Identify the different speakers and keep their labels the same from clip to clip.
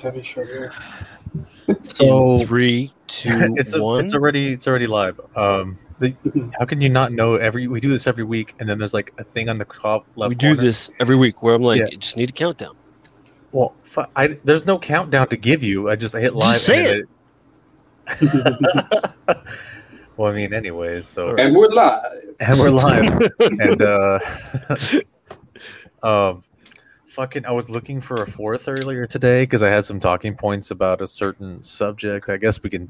Speaker 1: Heavy sugar.
Speaker 2: So
Speaker 3: In three, two,
Speaker 2: it's a,
Speaker 3: one.
Speaker 2: it's already it's already live. Um, the, how can you not know every? We do this every week, and then there's like a thing on the top left.
Speaker 3: we do
Speaker 2: corner.
Speaker 3: this every week where I'm like,
Speaker 2: Yeah.
Speaker 3: you just need a countdown.
Speaker 2: Well, fu- I, there's no countdown to give you. I just hit live.
Speaker 3: say
Speaker 2: and it- well, I mean, anyways. So
Speaker 1: And we're live.
Speaker 2: and we're live. and uh um fucking i was looking for a fourth earlier today because i had some talking points about a certain subject i guess we can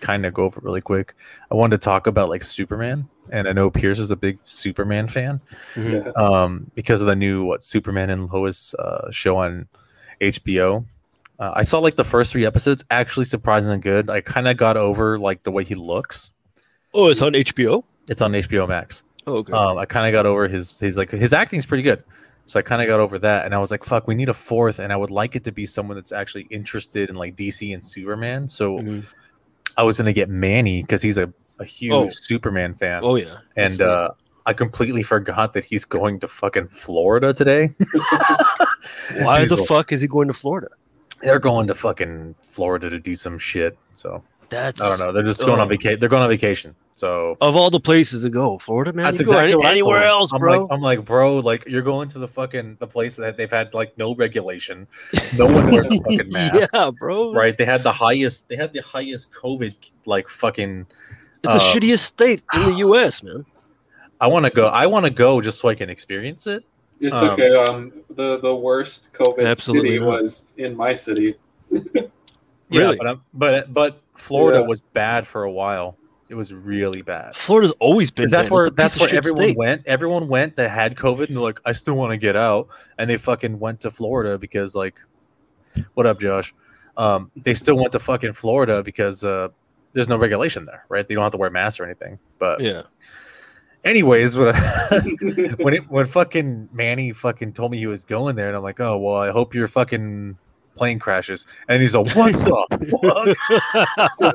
Speaker 2: kind of go over it really quick i wanted to talk about like superman and i know pierce is a big superman fan
Speaker 3: Mhm.
Speaker 2: um because of the new what superman and lois uh show on hbo uh, i saw like the first three episodes actually surprisingly good i kind of got over like the way he looks
Speaker 3: Oh, it's on HBO.
Speaker 2: it's on hbo max
Speaker 3: Oh, okay.
Speaker 2: um, I kind of got over his his like his acting's pretty good, so I kind of got over that, and I was like, "Fuck, we need a fourth, and I would like it to be someone that's actually interested in like DC and Superman. So
Speaker 3: Mhm.
Speaker 2: I was gonna get Manny because he's a, a huge
Speaker 3: Oh.
Speaker 2: Superman fan,
Speaker 3: Oh yeah.
Speaker 2: and
Speaker 3: That's-
Speaker 2: uh, I completely forgot that he's going to fucking Florida today.
Speaker 3: why the
Speaker 2: Diesel.
Speaker 3: fuck is he going to Florida?
Speaker 2: They're going to fucking Florida to do some shit. So
Speaker 3: That's
Speaker 2: I don't know. They're just going on
Speaker 3: Oh.
Speaker 2: vacation. They're going on vacation. So
Speaker 3: Of all the places to go, Florida, man.
Speaker 2: That's
Speaker 3: you go
Speaker 2: exactly what I told
Speaker 3: anywhere
Speaker 2: him.
Speaker 3: else,
Speaker 2: I'm
Speaker 3: bro.
Speaker 2: Like, "Oh, I'm like, bro, like you're going to the fucking the place that they've had like no regulation. No one wears a fucking mask.
Speaker 3: yeah, bro.
Speaker 2: Right? They had the highest they had the highest COVID like fucking
Speaker 3: It's the
Speaker 2: Uh,
Speaker 3: shittiest state in the U.S., man.
Speaker 2: I wanna go I wanna go just so I can experience it.
Speaker 1: It's
Speaker 2: Um,
Speaker 1: okay. Um, the the worst COVID
Speaker 3: Absolutely
Speaker 1: city
Speaker 3: not.
Speaker 1: was in my city.
Speaker 2: Yeah,
Speaker 3: Really?
Speaker 2: but I'm, but but Florida
Speaker 1: Yeah.
Speaker 2: was bad for a while. It was really bad.
Speaker 3: Florida's always been.
Speaker 2: Because that's
Speaker 3: banned. It's
Speaker 2: where
Speaker 3: a piece
Speaker 2: that's
Speaker 3: of
Speaker 2: where
Speaker 3: shit
Speaker 2: everyone
Speaker 3: state.
Speaker 2: went. Everyone went that had COVID and they're like, I still want to get out. And they fucking went to Florida because like what up, Josh? Um, they still went to fucking Florida because uh there's no regulation there, right? They don't have to wear masks or anything. But
Speaker 3: Yeah.
Speaker 2: anyways, when I,
Speaker 1: yeah,
Speaker 2: when it, when fucking Manny fucking told me he was going there, and I'm like, oh well, I hope your fucking plane crashes. And he's like, what the fuck?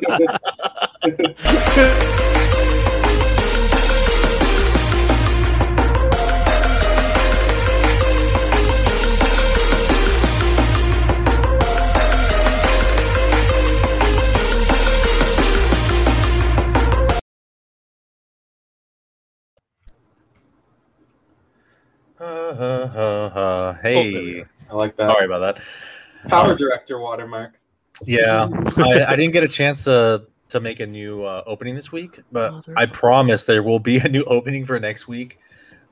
Speaker 2: Uh, uh, uh, uh,
Speaker 3: there we
Speaker 2: hey,
Speaker 3: go.
Speaker 1: I like that.
Speaker 2: sorry about that.
Speaker 1: Power director watermark.
Speaker 2: Yeah, I, I didn't get a chance to to make a new uh, opening this week, but
Speaker 3: Mother-
Speaker 2: I promise there will be a new opening for next week.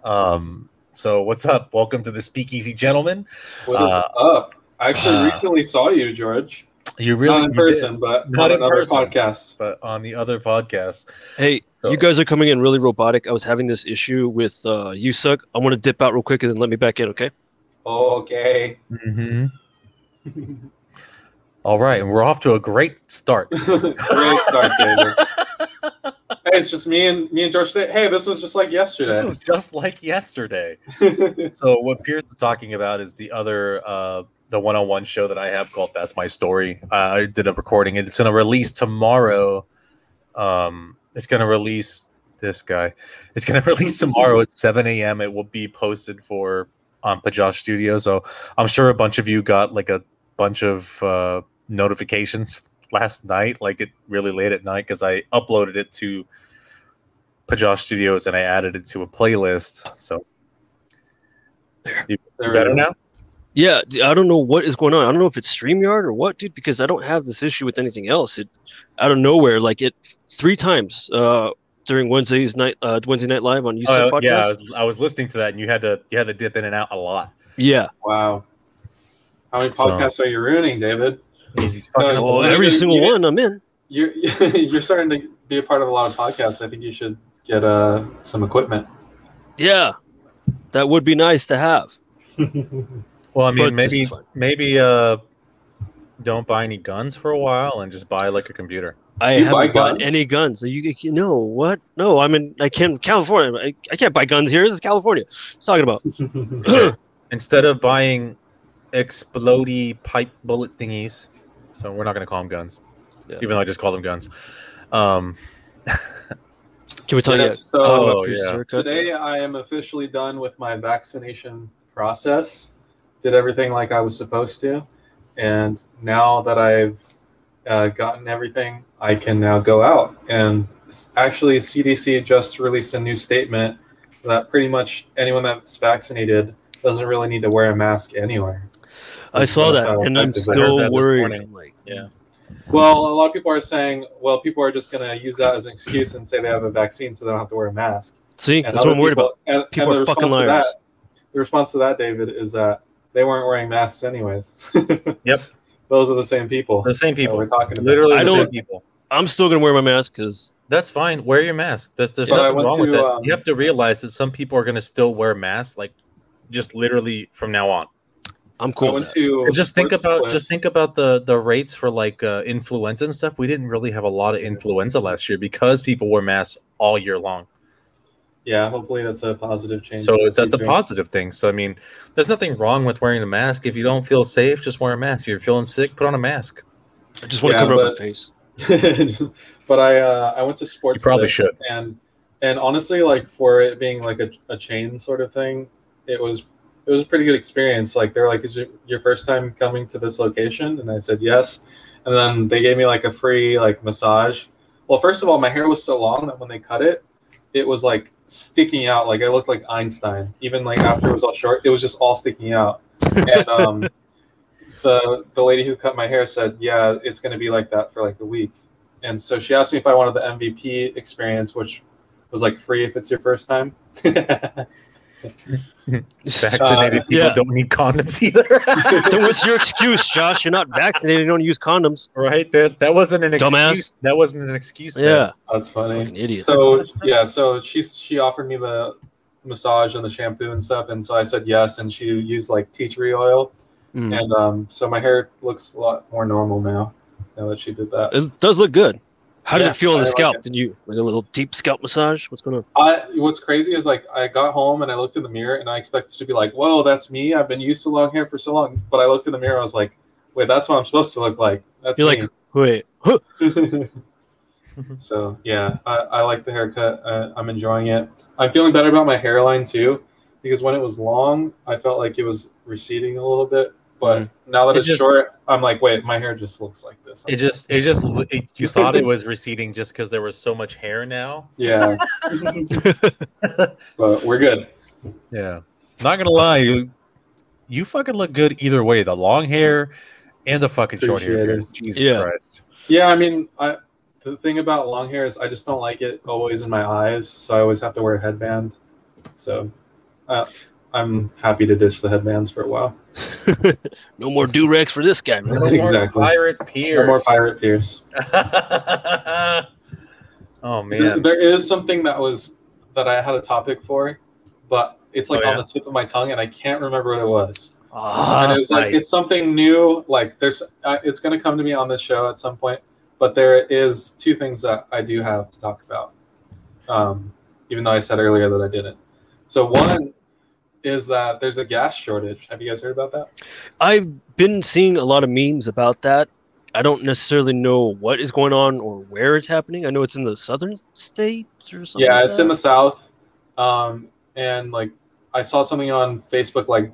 Speaker 2: Um, so what's up? Welcome to the Speakeasy, gentlemen.
Speaker 1: What is
Speaker 2: Uh,
Speaker 1: up? I actually
Speaker 2: uh,
Speaker 1: recently saw you, George.
Speaker 2: You really
Speaker 1: Not in
Speaker 2: you
Speaker 1: person,
Speaker 2: did,
Speaker 1: but
Speaker 2: Not
Speaker 1: on
Speaker 2: in
Speaker 1: another
Speaker 2: person.
Speaker 1: podcast.
Speaker 2: but on the other podcast.
Speaker 3: Hey,
Speaker 2: So-
Speaker 3: you guys are coming in really robotic. I was having this issue with uh, you suck. I'm gonna dip out real quick and then let me back in, okay?
Speaker 1: Okay.
Speaker 2: Mm-hmm. All right, and we're off to a great start.
Speaker 1: Great start, David. Hey, it's just me and me and George. Today. Hey, this was just like
Speaker 2: This
Speaker 1: yesterday.
Speaker 2: was just like yesterday. So what Pierce is talking about is the other uh the one-on-one show that I have called That's My Story. Uh, I did a recording and it's going to release tomorrow. Um it's going to release this guy. It's going to release tomorrow at 7 a.m. It will be posted for on Pajosh Studio. So I'm sure a bunch of you got like a bunch of uh notifications last night like it really late at night cuz I uploaded it to Pajosh Studios and I added it to a playlist. So
Speaker 1: There we
Speaker 2: better
Speaker 1: go.
Speaker 2: now?
Speaker 3: Yeah, d- I don't know what is going on. I don't know if it's StreamYard or what, dude, because I don't have this issue with anything else. It out of nowhere, like it three times uh, during Wednesday's night, uh, Wednesday night live on YouTube
Speaker 2: Oh,
Speaker 3: podcast.
Speaker 2: yeah, I
Speaker 3: Yeah,
Speaker 2: was, I was listening to that, and you had to you had to dip in and out a lot.
Speaker 1: Wow. How many
Speaker 2: So-
Speaker 1: podcasts are you ruining, David?
Speaker 2: He's fucking
Speaker 1: Oh,
Speaker 2: up-
Speaker 3: well,
Speaker 1: you
Speaker 3: every
Speaker 1: didn't-
Speaker 3: single
Speaker 1: you
Speaker 3: one I'm in.
Speaker 1: You're you're starting to be a part of a lot of podcasts. I think you should get uh some equipment.
Speaker 3: Yeah, that would be nice to have.
Speaker 2: well, I
Speaker 3: but
Speaker 2: mean,
Speaker 3: this is
Speaker 2: maybe
Speaker 3: fine.
Speaker 2: maybe uh, don't buy any guns for a while and just buy like a computer.
Speaker 3: I
Speaker 1: Do you buy
Speaker 3: haven't bought
Speaker 1: guns?
Speaker 3: any guns. You, you know what? No, I'm in. I can't California. I, I can't buy guns here. This is California. What's talking about?
Speaker 2: Instead of buying explodey pipe bullet thingies, so we're not going to call them guns,
Speaker 3: Yeah.
Speaker 2: even though I just call them guns. Um,
Speaker 3: Can we talk?
Speaker 1: Yeah,
Speaker 3: Yeah.
Speaker 1: so
Speaker 2: Oh,
Speaker 3: Pierce's
Speaker 2: yeah.
Speaker 3: haircut?
Speaker 1: today I am officially done with my vaccination process. Did everything like I was supposed to, and now that I've uh, gotten everything, I can now go out. And s- actually, CDC just released a new statement that pretty much anyone that's vaccinated doesn't really need to wear a mask anywhere.
Speaker 3: I saw that,
Speaker 1: So
Speaker 3: and I'm
Speaker 1: effective.
Speaker 2: that
Speaker 3: still
Speaker 2: this
Speaker 3: worried.
Speaker 2: morning.
Speaker 3: I'm like,
Speaker 1: Well, a lot of people are saying, well, people are just going to use that as an excuse and say they have a vaccine, so they don't have to wear a mask.
Speaker 3: see,
Speaker 1: And
Speaker 3: that's what
Speaker 1: other
Speaker 3: I'm worried
Speaker 1: people-
Speaker 3: about.
Speaker 1: And, and
Speaker 3: People
Speaker 1: the
Speaker 3: are fucking
Speaker 1: response to
Speaker 3: liars.
Speaker 1: That, the response to that, David, is that they weren't wearing masks anyways.
Speaker 2: Yep.
Speaker 1: Those are the same people.
Speaker 2: The same
Speaker 1: that
Speaker 2: people,
Speaker 1: we're talking about.
Speaker 2: literally
Speaker 3: I
Speaker 2: the same
Speaker 3: don't-
Speaker 2: people.
Speaker 3: I'm still gonna wear my mask because
Speaker 2: That's fine. Wear your mask. That's there's
Speaker 1: But I
Speaker 2: nothing
Speaker 1: went
Speaker 2: wrong with
Speaker 1: to,
Speaker 2: that.
Speaker 1: um,
Speaker 2: you have to realize that some people are going to still wear masks, like just literally from now on.
Speaker 3: I'm
Speaker 1: I
Speaker 3: cool.
Speaker 1: went
Speaker 3: With that.
Speaker 1: to
Speaker 2: But just think
Speaker 1: Corpse
Speaker 2: about
Speaker 1: Cliffs.
Speaker 2: just think about the the rates for like uh, influenza and stuff. We didn't really have a lot of influenza last year because people wore masks all year long.
Speaker 1: Yeah, hopefully that's a positive change.
Speaker 2: So
Speaker 1: for the
Speaker 2: it's that's a
Speaker 1: future.
Speaker 2: positive thing. So I mean, there's nothing wrong with wearing the mask. If you don't feel safe, just wear a mask. If you're feeling sick, put on a mask.
Speaker 3: I just want to
Speaker 1: Yeah,
Speaker 3: cover up
Speaker 1: but-
Speaker 3: my face.
Speaker 1: but I uh, I went to sports.
Speaker 2: You probably
Speaker 1: clips,
Speaker 2: should.
Speaker 1: And and honestly, like for it being like a, a chain sort of thing, it was it was a pretty good experience. Like they're like, "Is it your first time coming to this location?" And I said yes. And then they gave me like a free like massage. Well, first of all, my hair was so long that when they cut it, it was like sticking out. Like I looked like Einstein. Even like after it was all short, it was just all sticking out. And um, the the lady who cut my hair said, "Yeah, it's going to be like that for like a week." And so she asked me if I wanted the MVP experience, which was like free if it's your first time. then
Speaker 2: Vaccinated
Speaker 1: Uh,
Speaker 2: people
Speaker 3: yeah.
Speaker 2: don't need condoms either.
Speaker 3: then what's your excuse, Josh? You're not vaccinated. You don't use condoms.
Speaker 2: right? That that wasn't an excuse.
Speaker 3: Dumbass.
Speaker 2: That wasn't an excuse. then.
Speaker 3: Yeah,
Speaker 1: That's funny.
Speaker 3: fucking idiot.
Speaker 1: So yeah, so she she offered me the massage and the shampoo and stuff, and so I said yes, and she used like tea tree oil,
Speaker 3: Mm.
Speaker 1: and um, so my hair looks a lot more normal now. Now that she did that,
Speaker 3: It does look good. How did
Speaker 1: Yeah,
Speaker 3: it feel on
Speaker 1: I
Speaker 3: the
Speaker 1: like
Speaker 3: scalp?
Speaker 1: it.
Speaker 3: Did you like a little deep scalp massage? What's going on?
Speaker 1: I what's crazy is like I got home and I looked in the mirror and I expected to be like, "Whoa, that's me! I've been used to long hair for so long." But I looked in the mirror, I was like, "Wait, that's what I'm supposed to look like." That's
Speaker 3: You're
Speaker 1: me.
Speaker 3: like, wait, huh?
Speaker 1: so yeah, I, I like the haircut. Uh, I'm enjoying it. I'm feeling better about my hairline too, because when it was long, I felt like it was receding a little bit. But now that
Speaker 2: Mm. It
Speaker 1: it's
Speaker 2: just-
Speaker 1: short, I'm like, wait, my hair just looks like this.
Speaker 2: It just it just it, you thought it was receding just because there was so much hair now.
Speaker 1: yeah. but we're good.
Speaker 2: Yeah. Not gonna lie, you you fucking look good either way. The long hair and the fucking short hair.
Speaker 1: Appreciate it.
Speaker 2: beards. Jesus
Speaker 3: Yeah.
Speaker 2: Christ.
Speaker 1: Yeah, I mean, I the thing about long hair is I just don't like it always in my eyes, so I always have to wear a headband. So, uh, I'm happy to ditch the headbands for a while.
Speaker 3: no more do rags for this guy, man.
Speaker 2: No more
Speaker 1: Exactly.
Speaker 2: pirate
Speaker 1: No
Speaker 2: peers.
Speaker 1: more pirate pierce.
Speaker 2: oh
Speaker 1: There-
Speaker 2: man.
Speaker 1: there is something that was that I had a topic for, but it's like
Speaker 2: Oh,
Speaker 1: on
Speaker 2: yeah?
Speaker 1: the tip of my tongue, and I can't remember what it was.
Speaker 3: Ah,
Speaker 1: and it was like
Speaker 2: nice.
Speaker 1: it's something new. Like there's, uh, it's gonna come to me on this show at some point. But there is two things that I do have to talk about, um, even though I said earlier that I didn't. So one is that there's a gas shortage. Have you guys heard about that?
Speaker 3: I've been seeing a lot of memes about that. I don't necessarily know what is going on or where it's happening. I know it's in the southern states or something.
Speaker 1: yeah,
Speaker 3: like
Speaker 1: it's in
Speaker 3: that.
Speaker 1: the south, um, and like I saw something on Facebook. Like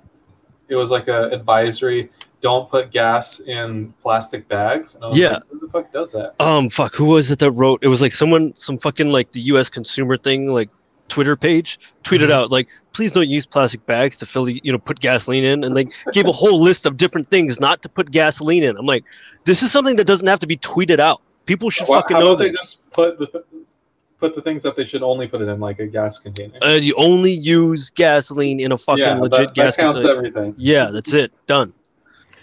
Speaker 1: it was like a advisory: don't put gas in plastic bags. And I was
Speaker 3: Yeah.
Speaker 1: like, who the fuck does that?
Speaker 3: um fuck who was it that wrote it was like someone some fucking like the us consumer thing like twitter page tweeted
Speaker 1: Mm-hmm.
Speaker 2: Mhm.
Speaker 3: out like please don't use plastic bags to fill you know put gasoline in and like gave a whole list of different things not to put gasoline in i'm like this is something that doesn't have to be tweeted out people should
Speaker 1: Why-
Speaker 3: fucking
Speaker 1: how
Speaker 3: know
Speaker 1: about they
Speaker 3: that
Speaker 1: just put the put the things that they should only put it in, like a gas container?
Speaker 3: uh, you only use gasoline in a fucking
Speaker 1: yeah,
Speaker 3: legit
Speaker 1: that,
Speaker 3: gas
Speaker 1: that counts
Speaker 3: container.
Speaker 1: everything.
Speaker 3: yeah that's it done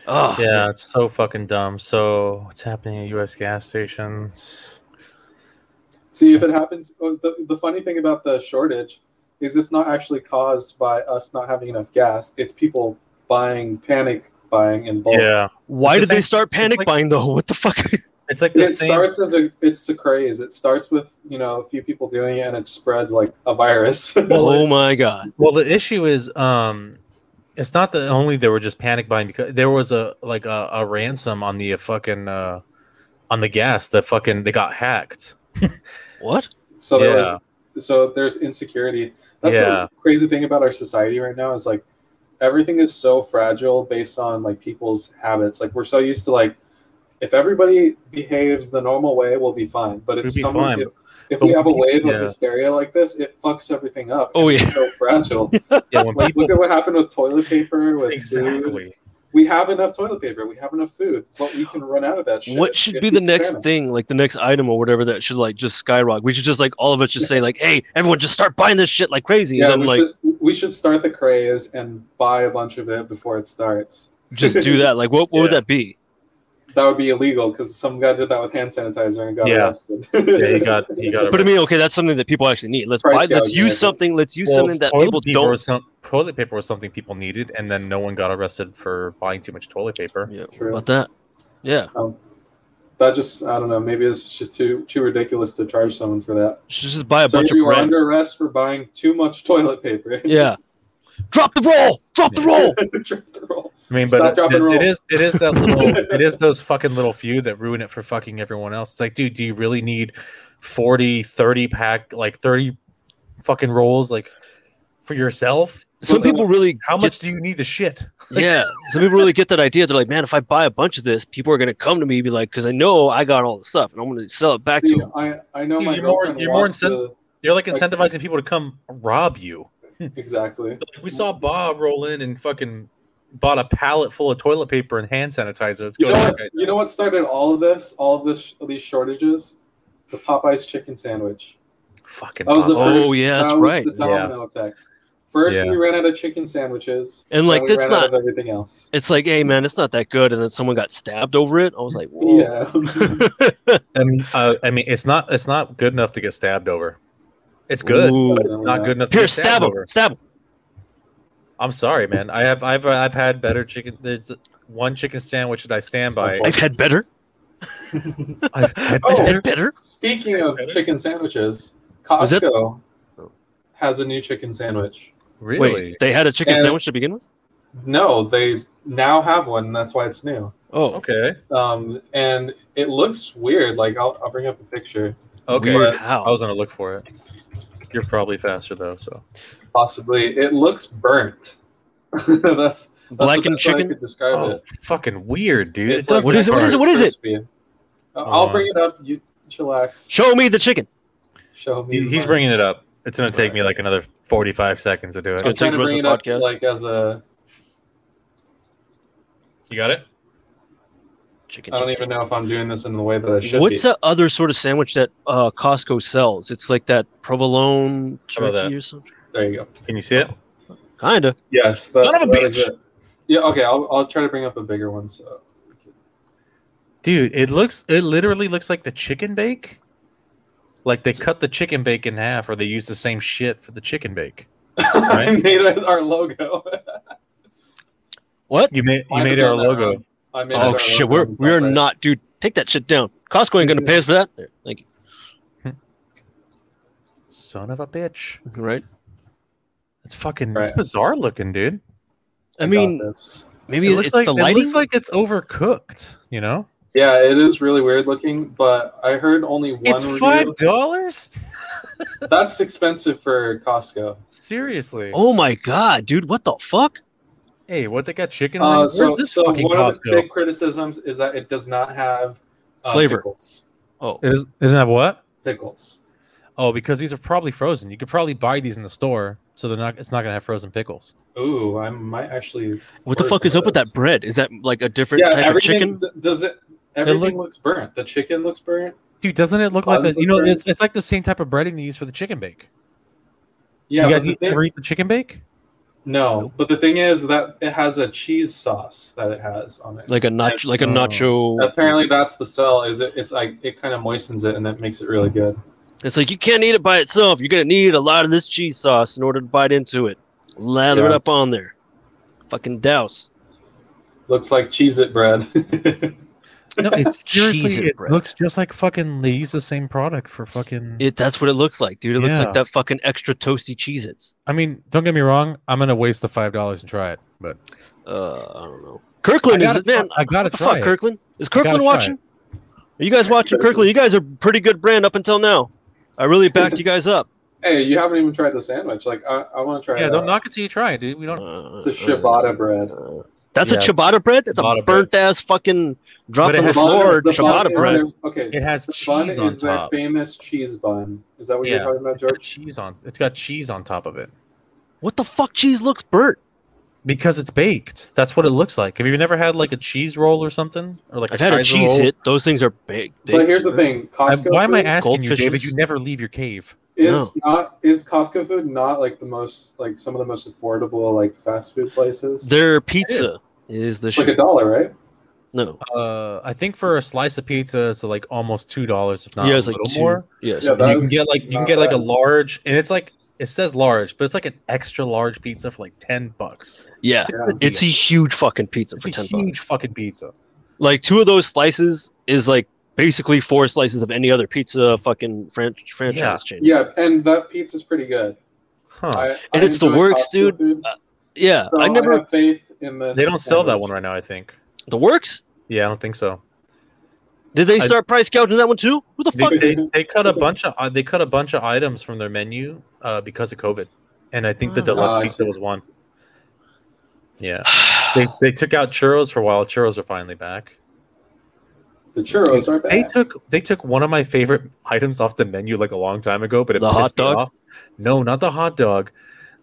Speaker 3: oh
Speaker 2: Yeah, it's so fucking dumb. So what's happening at US gas stations?
Speaker 1: See if it happens. oh, The, the funny thing about the shortage is it's not actually caused by us not having enough gas. It's people buying, panic buying in bulk.
Speaker 2: Yeah.
Speaker 3: why did
Speaker 2: It's the
Speaker 3: they
Speaker 2: same-
Speaker 3: start panic
Speaker 2: like-
Speaker 3: buying though what the fuck
Speaker 2: It's like the
Speaker 1: It
Speaker 2: same
Speaker 1: starts as a it's a craze. It starts with you know a few people doing it and it spreads like a virus.
Speaker 2: Well,
Speaker 3: oh my god
Speaker 2: Well, the issue is, um, it's not that only they were just panic buying because there was a like a, a ransom on the fucking uh, on the gas. The fucking they got hacked.
Speaker 3: what
Speaker 1: so there
Speaker 2: Yeah.
Speaker 1: was so there's insecurity. That's
Speaker 2: Yeah.
Speaker 1: the crazy thing about our society right now is like everything is so fragile based on like people's habits. Like we're so used to like if everybody behaves the normal way, we'll be fine. But if
Speaker 2: We'll be
Speaker 1: someone
Speaker 2: fine.
Speaker 1: if, if
Speaker 2: But
Speaker 1: we have a
Speaker 2: we-
Speaker 1: wave
Speaker 2: yeah.
Speaker 1: of hysteria like this, it fucks everything up.
Speaker 3: Oh,
Speaker 1: It's
Speaker 3: yeah.
Speaker 1: so fragile.
Speaker 2: Yeah, when
Speaker 1: Like
Speaker 2: people
Speaker 1: look at what happened with toilet paper. With food.
Speaker 2: exactly.
Speaker 1: we have enough toilet paper. We have enough food, but we can run out of that shit.
Speaker 3: What should
Speaker 1: if
Speaker 3: be
Speaker 1: we
Speaker 3: the next
Speaker 1: panic.
Speaker 3: thing, like the next item or whatever that should like just skyrocket? We should just like all of us just say like, "Hey, everyone, just start buying this shit like crazy,"
Speaker 1: Yeah,
Speaker 3: and
Speaker 1: we,
Speaker 3: then like
Speaker 1: should, we should start the craze and buy a bunch of it before it starts.
Speaker 3: just do that. Like, what what would
Speaker 2: Yeah.
Speaker 3: that be?
Speaker 1: That would be illegal because some guy did that with hand sanitizer and got
Speaker 2: Yeah.
Speaker 1: arrested.
Speaker 2: Yeah, you got you got.
Speaker 3: But I mean, okay, that's something that people actually need. Let's
Speaker 1: Price
Speaker 3: buy, let's
Speaker 1: gouging, I
Speaker 3: use
Speaker 1: think.
Speaker 3: something. Let's use
Speaker 2: Well,
Speaker 3: something that
Speaker 2: toilet
Speaker 3: people
Speaker 2: paper
Speaker 3: don't.
Speaker 2: was some- toilet paper was something people needed, and then no one got arrested for buying too much toilet paper.
Speaker 3: Yeah,
Speaker 1: True.
Speaker 3: about that. Yeah,
Speaker 1: That just, I don't know. Maybe it's just too too ridiculous to charge someone for that.
Speaker 3: should just buy a
Speaker 1: so
Speaker 3: bunch of
Speaker 1: you were
Speaker 3: bread.
Speaker 1: under arrest for buying too much toilet paper.
Speaker 3: Yeah, Oh. drop the roll. Drop the roll.
Speaker 1: Drop the roll.
Speaker 2: I mean,
Speaker 1: Stop,
Speaker 2: but
Speaker 1: drop,
Speaker 2: it-
Speaker 1: and roll.
Speaker 2: it is it is that little it is those fucking little few that ruin it for fucking everyone else. It's like, dude, do you really need 40, 30 pack like 30 fucking rolls like for yourself?
Speaker 3: Some people really
Speaker 2: How
Speaker 3: get-
Speaker 2: much do you need the shit?
Speaker 3: yeah, some people really get that idea. They're like, man, if I buy a bunch of this, people are gonna come to me and be like, because I know I got all the stuff, and I'm gonna sell it back to
Speaker 1: See,
Speaker 3: them.
Speaker 1: I, I know
Speaker 2: Dude,
Speaker 1: my
Speaker 2: you're more-
Speaker 1: girlfriend
Speaker 2: you're more
Speaker 1: wants
Speaker 2: incent- You're like
Speaker 1: Like-
Speaker 2: incentivizing people to come rob you.
Speaker 1: to- Exactly.
Speaker 2: Like, we saw Bob roll in and fucking bought a pallet full of toilet paper and hand sanitizer. Let's
Speaker 1: You
Speaker 2: go.
Speaker 1: know,
Speaker 2: to that
Speaker 1: what,
Speaker 2: guy's
Speaker 1: you know
Speaker 2: house.
Speaker 1: what started all of this, all of this, all these shortages? The Popeyes chicken sandwich.
Speaker 2: Fucking.
Speaker 1: That was the
Speaker 2: Bob.
Speaker 1: first.
Speaker 3: Oh, yeah, that's
Speaker 1: that was
Speaker 3: right.
Speaker 1: The domino effect. First,
Speaker 2: Yeah.
Speaker 1: we ran out of chicken sandwiches.
Speaker 3: And like,
Speaker 1: then we
Speaker 3: that's
Speaker 1: ran
Speaker 3: not.
Speaker 1: out of everything else.
Speaker 3: It's like, hey man, it's not that good, and then someone got stabbed over it. I was like, whoa.
Speaker 1: Yeah,
Speaker 2: I mean, uh, I mean, it's not it's not good enough to get stabbed over. It's good.
Speaker 3: Ooh.
Speaker 2: It's not good enough. to
Speaker 3: Here,
Speaker 2: get stabbed
Speaker 3: stab him,
Speaker 2: over.
Speaker 3: stab him.
Speaker 2: I'm sorry, man. I have I've uh, I've had better chicken. There's one chicken sandwich that I stand by.
Speaker 3: I've had better.
Speaker 2: I've had
Speaker 1: Oh.
Speaker 2: better.
Speaker 3: Had better.
Speaker 1: Speaking of
Speaker 2: Better.
Speaker 1: chicken sandwiches,
Speaker 3: Was it-
Speaker 1: Costco
Speaker 2: Oh.
Speaker 1: has a new chicken sandwich.
Speaker 2: Really?
Speaker 3: Wait, they had a chicken
Speaker 1: And-
Speaker 3: sandwich to begin with.
Speaker 1: No, they now have one. and That's why it's new.
Speaker 3: Oh,
Speaker 2: Okay.
Speaker 1: Um, and it looks weird. Like I'll, I'll bring up a picture.
Speaker 2: Okay.
Speaker 3: Weird.
Speaker 2: I
Speaker 3: How?
Speaker 2: was gonna look for it. You're probably faster though, so
Speaker 1: Possibly, it looks burnt. that's that's the
Speaker 3: Blackened
Speaker 1: best way I
Speaker 3: chicken.
Speaker 1: could describe
Speaker 2: oh,
Speaker 1: it.
Speaker 2: fucking weird, dude.
Speaker 1: It's
Speaker 2: It Oh. does
Speaker 1: like
Speaker 3: What is it? What is it? What is it?
Speaker 1: crispy. I'll-
Speaker 2: Hold
Speaker 1: I'll
Speaker 2: on.
Speaker 1: bring it up. You chillax.
Speaker 3: Show me the chicken.
Speaker 1: Show me.
Speaker 2: He- he's
Speaker 1: mine.
Speaker 2: bringing it up. It's gonna take me like another 45 seconds to do
Speaker 1: I'm
Speaker 2: it.
Speaker 3: Good.
Speaker 1: trying to
Speaker 3: Take
Speaker 1: bring
Speaker 3: the
Speaker 1: it
Speaker 3: rest
Speaker 1: up
Speaker 3: of the podcast.
Speaker 1: like as a.
Speaker 2: You got it?
Speaker 3: Chicken.
Speaker 1: I don't
Speaker 3: chicken,
Speaker 1: even know if I'm doing this in the way that I should
Speaker 3: What's
Speaker 1: be.
Speaker 3: that other sort of sandwich that uh, Costco sells? It's like that provolone
Speaker 2: How about
Speaker 3: turkey or something.
Speaker 1: There you go.
Speaker 2: Can you see it?
Speaker 3: Kinda.
Speaker 1: Yes, that,
Speaker 2: Son of a
Speaker 1: that is
Speaker 2: bitch.
Speaker 1: it. Yeah. Okay. I'll, I'll try to bring up a bigger one. So.
Speaker 2: Dude, it looks it literally looks like the chicken bake. Like they cut the chicken bake in half or they use the same shit for the chicken bake.
Speaker 1: I
Speaker 2: Right.
Speaker 1: made it our logo.
Speaker 3: What?
Speaker 2: You made you
Speaker 1: Might
Speaker 2: made
Speaker 1: have
Speaker 2: our
Speaker 1: done that
Speaker 2: logo.
Speaker 1: wrong. I made it
Speaker 3: Oh
Speaker 1: our
Speaker 3: shit,
Speaker 1: logo
Speaker 3: we're
Speaker 1: and
Speaker 3: we're
Speaker 1: stuff, right?
Speaker 3: not, dude. Take that shit down. Costco ain't gonna pay us for that. There, thank you.
Speaker 2: Son of a bitch.
Speaker 3: Right.
Speaker 2: It's fucking
Speaker 1: Right.
Speaker 2: it's bizarre looking, dude.
Speaker 3: I
Speaker 1: got
Speaker 3: mean,
Speaker 1: this.
Speaker 3: maybe
Speaker 2: it
Speaker 3: it
Speaker 2: looks
Speaker 3: it's
Speaker 2: like
Speaker 3: the
Speaker 2: it
Speaker 3: lighting.
Speaker 2: looks like it's overcooked, you know?
Speaker 1: yeah, it is really weird looking, but I heard only one
Speaker 2: it's
Speaker 1: review.
Speaker 2: five dollars?
Speaker 1: That's expensive for Costco.
Speaker 2: Seriously.
Speaker 3: oh my god, dude, what the fuck?
Speaker 2: Hey, what they got chicken
Speaker 1: Uh,
Speaker 2: wings?
Speaker 1: so,
Speaker 2: Where's this
Speaker 1: so
Speaker 2: fucking
Speaker 1: one of the
Speaker 2: Costco?
Speaker 1: big criticisms is that it does not have uh,
Speaker 3: Flavor.
Speaker 1: Pickles.
Speaker 3: Oh,
Speaker 2: It is, doesn't have what?
Speaker 1: pickles.
Speaker 2: Oh, because these are probably frozen. You could probably buy these in the store, so they're not it's not gonna have frozen pickles.
Speaker 1: Ooh, I might actually.
Speaker 3: what the
Speaker 1: Where's
Speaker 3: fuck is
Speaker 1: some
Speaker 3: up
Speaker 1: of
Speaker 3: with
Speaker 1: those?
Speaker 3: that bread? Is that like a different
Speaker 1: yeah,
Speaker 3: type of
Speaker 1: everything
Speaker 3: chicken?
Speaker 1: d- does it. Everything
Speaker 2: look-
Speaker 1: looks burnt. The chicken looks burnt.
Speaker 2: Dude, doesn't it look
Speaker 1: Oh,
Speaker 2: like
Speaker 1: this
Speaker 2: that? You
Speaker 1: looks
Speaker 2: know,
Speaker 1: very-
Speaker 2: it's, it's like the same type of breading they use for the chicken bake.
Speaker 1: Yeah,
Speaker 2: you
Speaker 1: but
Speaker 2: guys
Speaker 1: the
Speaker 2: eat,
Speaker 1: thing-
Speaker 2: ever eat the chicken bake?
Speaker 1: no. But the thing is that it has a cheese sauce that it has on it.
Speaker 3: Like a nacho, like a
Speaker 2: Oh.
Speaker 3: nacho.
Speaker 1: Apparently, that's the sell. Is it? It's like it kind of moistens it and it makes it really
Speaker 2: Mm-hmm.
Speaker 1: good.
Speaker 3: It's like you can't eat it by itself. You're gonna need a lot of this cheese sauce in order to bite into it. Lather it
Speaker 1: Yeah.
Speaker 3: up on there. Fucking douse.
Speaker 1: Looks like cheese it bread.
Speaker 2: No, it's
Speaker 3: Cheese and
Speaker 2: seriously. It
Speaker 3: bread.
Speaker 2: looks just like fucking. They use the same product for fucking.
Speaker 3: It that's what it looks like, dude. It looks
Speaker 2: Yeah.
Speaker 3: like that fucking extra toasty Cheez Its.
Speaker 2: I mean, don't get me wrong. I'm gonna waste the five dollars and try it, but
Speaker 3: Uh I don't know. Kirkland
Speaker 2: I
Speaker 3: is
Speaker 2: gotta
Speaker 3: it man?
Speaker 2: try- I gotta
Speaker 3: what the fuck,
Speaker 2: try it.
Speaker 3: Kirkland? Is
Speaker 2: gotta
Speaker 3: Kirkland
Speaker 2: try it.
Speaker 3: watching? Are you guys watching Kirkland? You guys are pretty good brand up until now. I really backed you guys up.
Speaker 1: Hey, you haven't even tried the sandwich. Like, I, I want to try.
Speaker 2: Yeah,
Speaker 1: it
Speaker 2: don't
Speaker 1: out.
Speaker 2: knock it till you try it, dude. We don't.
Speaker 3: Uh,
Speaker 1: It's a ciabatta bread.
Speaker 3: That's
Speaker 2: Yeah.
Speaker 3: a ciabatta bread. It's a
Speaker 2: Ciabatta bread.
Speaker 3: burnt ass fucking dropped
Speaker 2: But it
Speaker 3: on the
Speaker 2: has-
Speaker 3: floor
Speaker 1: bun- bun
Speaker 3: ciabatta
Speaker 1: is
Speaker 3: bread.
Speaker 1: their- okay,
Speaker 2: It has
Speaker 1: the bun
Speaker 2: cheese
Speaker 1: is
Speaker 2: on
Speaker 1: that
Speaker 2: top.
Speaker 1: famous cheese bun. Is that what
Speaker 2: Yeah.
Speaker 1: you're talking about,
Speaker 2: It's got
Speaker 1: George?
Speaker 2: cheese on. It's got cheese on top of it
Speaker 3: What the fuck? Cheese looks burnt.
Speaker 2: because it's baked. That's what it looks like. Have you never had like a cheese roll or something, or like
Speaker 3: I've had a
Speaker 2: Kaiser
Speaker 3: cheese
Speaker 2: roll?
Speaker 3: hit. Those things are big.
Speaker 1: But here's the thing:
Speaker 2: I'm-
Speaker 1: Costco.
Speaker 2: why am I
Speaker 1: food
Speaker 2: asking you,
Speaker 3: Goldfishes?
Speaker 2: David? You never leave your cave.
Speaker 1: Is not is Costco food not like the most like some of the most affordable like fast food places?
Speaker 3: Their pizza is the
Speaker 1: it's like a
Speaker 3: shit.
Speaker 1: dollar, right?
Speaker 3: No.
Speaker 2: Uh, I think for a slice of pizza, it's like almost two dollars, if not
Speaker 3: yeah,
Speaker 2: a
Speaker 3: it's
Speaker 2: little
Speaker 3: like two.
Speaker 2: more.
Speaker 3: Yes.
Speaker 1: Yeah,
Speaker 2: And you
Speaker 1: That
Speaker 2: can
Speaker 1: is
Speaker 2: get like you can
Speaker 1: not
Speaker 2: get like a
Speaker 1: bad.
Speaker 2: large, and it's like it says large, but it's like an extra large pizza for like ten bucks.
Speaker 3: yeah.
Speaker 1: Yeah.
Speaker 3: It's a huge fucking pizza
Speaker 2: It's
Speaker 3: for
Speaker 2: a
Speaker 3: ten
Speaker 2: huge
Speaker 3: bucks.
Speaker 2: fucking pizza.
Speaker 3: Like two of those slices is like basically four slices of any other pizza fucking French franchise chain.
Speaker 1: Yeah, and that pizza's pretty good.
Speaker 2: Huh?
Speaker 1: I,
Speaker 3: And
Speaker 1: I
Speaker 3: it's the
Speaker 1: enjoy
Speaker 3: works,
Speaker 1: Costco
Speaker 3: dude.
Speaker 1: food,
Speaker 3: Yeah,
Speaker 1: so
Speaker 3: I never
Speaker 1: have faith in this.
Speaker 2: they don't sell that
Speaker 1: sandwich.
Speaker 2: one right now. I think.
Speaker 3: the works.
Speaker 2: Yeah, I don't think so.
Speaker 3: Did they
Speaker 2: I-
Speaker 3: start price gouging that one too? Who the
Speaker 2: They,
Speaker 3: fuck?
Speaker 2: they, they cut a bunch of uh, they cut a bunch of items from their menu uh, because of COVID, and I think the
Speaker 3: Ah.
Speaker 2: deluxe
Speaker 1: Ah, I
Speaker 2: pizza was one. Yeah, they, they took out churros for a while. Churros are finally back.
Speaker 1: The churros are
Speaker 2: They
Speaker 1: bad.
Speaker 2: took they took one of my favorite items off the menu like a long time ago, but it
Speaker 3: The hot
Speaker 2: pissed me
Speaker 3: dog?
Speaker 2: off. No, not the hot dog.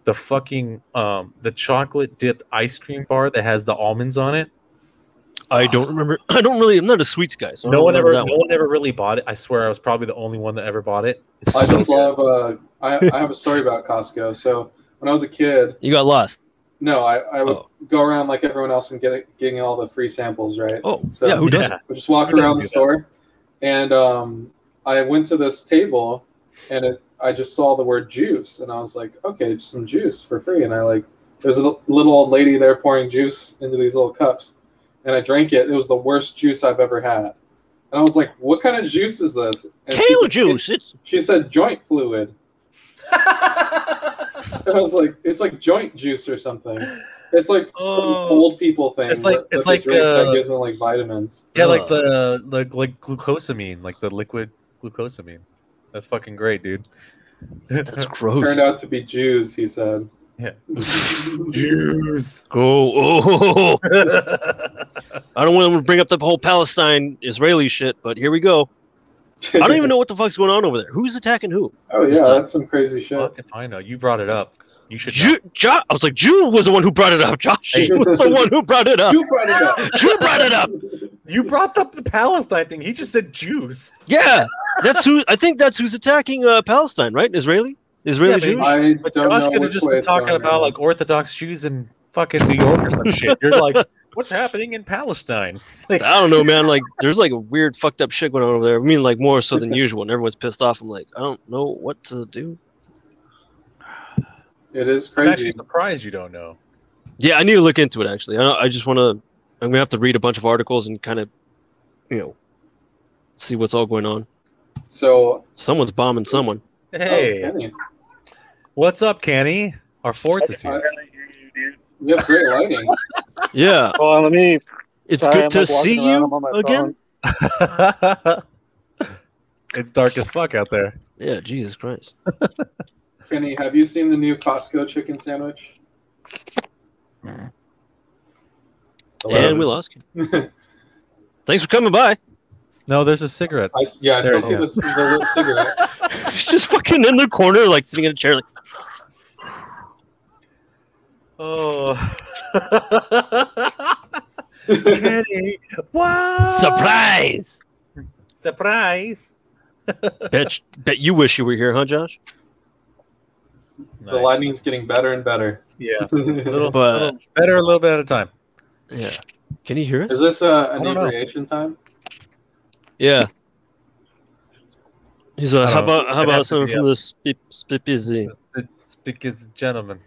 Speaker 2: The fucking um the chocolate dipped ice cream bar that has the almonds on it.
Speaker 3: I don't remember. I don't really. I'm not a sweets guy, so I
Speaker 2: No
Speaker 3: don't
Speaker 2: one ever
Speaker 3: remember
Speaker 2: no
Speaker 3: that
Speaker 2: one ever really bought it. I swear I was probably the only one that ever bought it. It's
Speaker 1: I
Speaker 2: so
Speaker 1: just
Speaker 2: good.
Speaker 1: love. Uh, I I have a story about Costco. So when I was a kid,
Speaker 3: You got lost.
Speaker 1: no, I, I would
Speaker 3: Oh.
Speaker 1: go around like everyone else and get getting all the free samples, right?
Speaker 3: Oh,
Speaker 1: So-
Speaker 3: yeah. Who
Speaker 2: Yeah.
Speaker 3: doesn't?
Speaker 1: I just walk
Speaker 2: Who doesn't
Speaker 1: around
Speaker 2: do
Speaker 1: the
Speaker 2: that?
Speaker 1: store, and um, I went to this table, and it, I just saw the word juice, and I was like, okay, just some juice for free, and I like there's a l- little old lady there pouring juice into these little cups, and I drank it. It was the worst juice I've ever had, and I was like, what kind of juice is this? And she
Speaker 3: Kale
Speaker 1: said,
Speaker 3: juice.
Speaker 1: "It's-
Speaker 3: It's,
Speaker 1: She said joint fluid. And I was like, it's like joint juice or something. It's like some
Speaker 2: Oh.
Speaker 1: old people thing.
Speaker 2: It's like-
Speaker 1: that- that
Speaker 2: it's
Speaker 1: they
Speaker 2: like,
Speaker 1: drink
Speaker 2: uh,
Speaker 1: that gives them like vitamins.
Speaker 2: Yeah, like the like like glucosamine, like the liquid glucosamine. That's fucking great, dude.
Speaker 3: that's gross.
Speaker 1: Turned out to be Jews, he said.
Speaker 2: Yeah.
Speaker 3: Juice. Go. Oh, I don't want to bring up the whole Palestine Israeli shit, but here we go. I don't even know what the fuck's going on over there. Who's attacking who?
Speaker 1: Oh yeah,
Speaker 3: Just a-
Speaker 1: that's some crazy shit.
Speaker 2: Fuck if I know. You brought it up. You should. know.
Speaker 3: Jew, jo- I was like, Jew was the one who brought it up. Josh
Speaker 1: Hey.
Speaker 3: was the one who brought it up.
Speaker 1: You brought it up.
Speaker 3: Jew brought it up.
Speaker 2: You brought up the Palestine thing. He just said Jews.
Speaker 3: Yeah, that's who. I think that's who's attacking uh, Palestine, right? Israeli, Israeli
Speaker 2: Yeah,
Speaker 3: Jews.
Speaker 2: but-
Speaker 1: I
Speaker 2: But
Speaker 1: don't
Speaker 2: Josh
Speaker 1: know
Speaker 2: could have
Speaker 1: which
Speaker 2: just
Speaker 1: way
Speaker 2: been
Speaker 1: it's
Speaker 2: talking
Speaker 1: going
Speaker 2: about
Speaker 1: now.
Speaker 2: like Orthodox Jews in fucking New York or some shit. You're like, what's happening in Palestine? Like,
Speaker 3: I don't know, man. Like, there's like a weird, fucked up shit going on over there. I mean, like more so than usual, and everyone's pissed off. I'm like, I don't know what to do.
Speaker 1: it is
Speaker 2: I'm actually
Speaker 1: crazy.
Speaker 2: surprised you don't know.
Speaker 3: Yeah, I need to look into it. Actually, I, I just want to. I'm gonna have to read a bunch of articles and kind of, you know, see what's all going on.
Speaker 1: So
Speaker 3: Someone's bombing someone.
Speaker 2: Hey,
Speaker 1: oh, Kenny,
Speaker 2: what's up, Kenny? Our fourth is
Speaker 1: I
Speaker 2: here.
Speaker 1: barely you have great lighting.
Speaker 3: Yeah,
Speaker 4: Well, let me.
Speaker 3: it's
Speaker 4: sorry, I'm,
Speaker 3: good to
Speaker 4: like, walking
Speaker 3: see
Speaker 4: around.
Speaker 3: you
Speaker 4: I'm on my
Speaker 3: again.
Speaker 4: phone.
Speaker 2: it's dark as fuck out there.
Speaker 3: Yeah, Jesus Christ.
Speaker 1: Kenny, have you seen the new Costco chicken sandwich?
Speaker 3: and we lost you. Thanks for coming by.
Speaker 2: No, there's a cigarette.
Speaker 1: I, s- yeah, I
Speaker 2: There
Speaker 1: still see
Speaker 2: it
Speaker 1: the, the little cigarette.
Speaker 3: He's just fucking in the corner, like sitting in a chair, like
Speaker 2: Oh. Kenny. Wow.
Speaker 3: surprise.
Speaker 2: Surprise.
Speaker 3: bet, bet you wish you were here, huh, Josh?
Speaker 1: The lighting's getting better and better.
Speaker 2: Yeah.
Speaker 1: is
Speaker 2: Little,
Speaker 3: But-
Speaker 2: little better a little bit at a time.
Speaker 3: Yeah. Can you hear us?
Speaker 1: this uh,
Speaker 2: don't know.
Speaker 1: inebriation time?
Speaker 3: Yeah. He's like, "Oh,
Speaker 2: I
Speaker 3: how
Speaker 2: don't know.
Speaker 3: about how
Speaker 2: It'd have
Speaker 3: about
Speaker 2: to
Speaker 3: someone
Speaker 2: be
Speaker 3: from the spip spipizzy?
Speaker 2: Speak as a gentleman.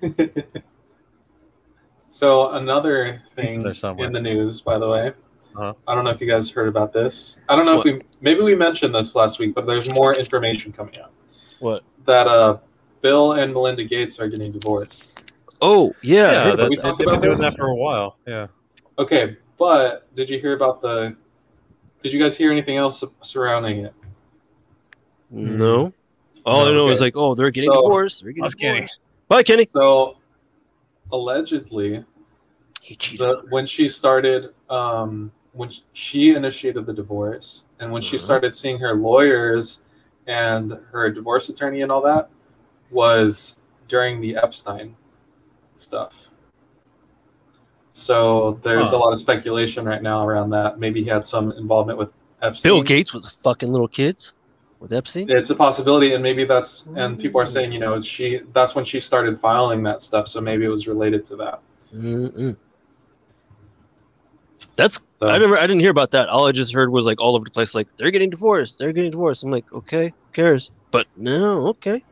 Speaker 1: So another
Speaker 2: He's in
Speaker 1: thing
Speaker 2: there somewhere.
Speaker 1: in the news, by the way,
Speaker 2: Uh-huh.
Speaker 1: I don't know if you guys heard about this. I don't know if we maybe we mentioned this last week, but there's more information coming out
Speaker 3: What?
Speaker 1: that uh, Bill and Melinda Gates are getting divorced.
Speaker 3: Oh yeah.
Speaker 2: Yeah,
Speaker 1: but
Speaker 2: that-
Speaker 1: we
Speaker 2: they-
Speaker 1: talked
Speaker 2: they've been
Speaker 1: about
Speaker 2: doing
Speaker 1: this.
Speaker 2: that for a while. Yeah.
Speaker 1: Okay, but did you hear about the? Did you guys hear anything else surrounding it?
Speaker 3: Mm-hmm. No. All I know
Speaker 1: Okay.
Speaker 3: is like, oh, they're getting
Speaker 1: So-
Speaker 3: divorced. They're getting
Speaker 2: Us
Speaker 3: divorced.
Speaker 2: Kenny.
Speaker 3: Bye, Kenny.
Speaker 1: So allegedly,
Speaker 3: He cheated.
Speaker 1: the, when she started, um, when sh- she initiated the divorce, and when she
Speaker 3: Mhm.
Speaker 1: started seeing her lawyers and her divorce attorney and all that, was during the Epstein stuff. So there's
Speaker 2: Huh.
Speaker 1: a lot of speculation right now around that. Maybe he had some involvement with Epstein.
Speaker 3: Bill Gates was fucking little kids with Epstein.
Speaker 1: it's a possibility and maybe that's and people are saying you know she that's when she started filing that stuff so maybe it was related to that
Speaker 3: Mm-mm. That's
Speaker 1: so
Speaker 3: I never I didn't hear about that. All I just heard was like all over the place, like they're getting divorced, they're getting divorced. I'm like, okay, who cares? But no, okay.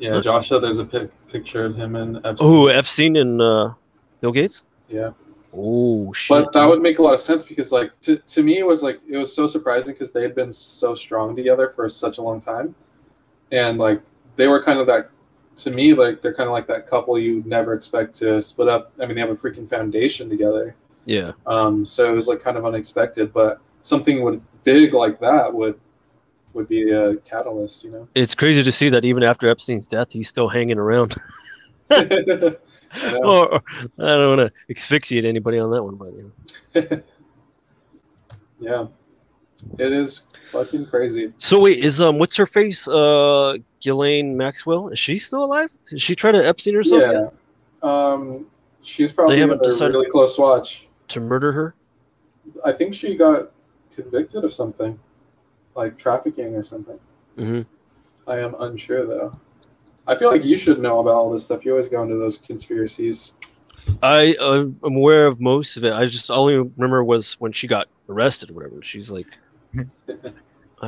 Speaker 1: yeah josh said there's a pic- picture of him and Epstein.
Speaker 3: Oh, Epstein and uh, Bill Gates.
Speaker 1: Yeah.
Speaker 3: Oh shit.
Speaker 1: but that would make a lot of sense because like to, to me it was like it was so surprising because they had been so strong together for such a long time and like they were kind of that to me like they're kind of like that couple you would never expect to split up i mean they have a freaking foundation together
Speaker 3: yeah.
Speaker 1: Um, so it was like kind of unexpected, but something would big like that would would be a catalyst, you know.
Speaker 3: It's crazy to see that even after Epstein's death, he's still hanging around.
Speaker 1: I know.
Speaker 3: or, or- I don't want to asphyxiate anybody on that one, but you know.
Speaker 1: yeah, it is fucking crazy.
Speaker 3: so wait, is um, what's her face? Uh, Ghislaine Maxwell is she still alive? Did she try to Epstein herself yet?
Speaker 1: Yeah, um, she's probably
Speaker 3: They
Speaker 1: a
Speaker 3: haven't decided-
Speaker 1: really close watch.
Speaker 3: to murder her?
Speaker 1: I think she got convicted of something, like trafficking or something.
Speaker 2: Mm-hmm.
Speaker 3: Mhm.
Speaker 1: I am unsure though. I feel like you should know about all this stuff. You always go into those conspiracies.
Speaker 3: I uh, I'm aware of most of it. I just all I remember was when she got arrested or whatever. She's like, I
Speaker 2: he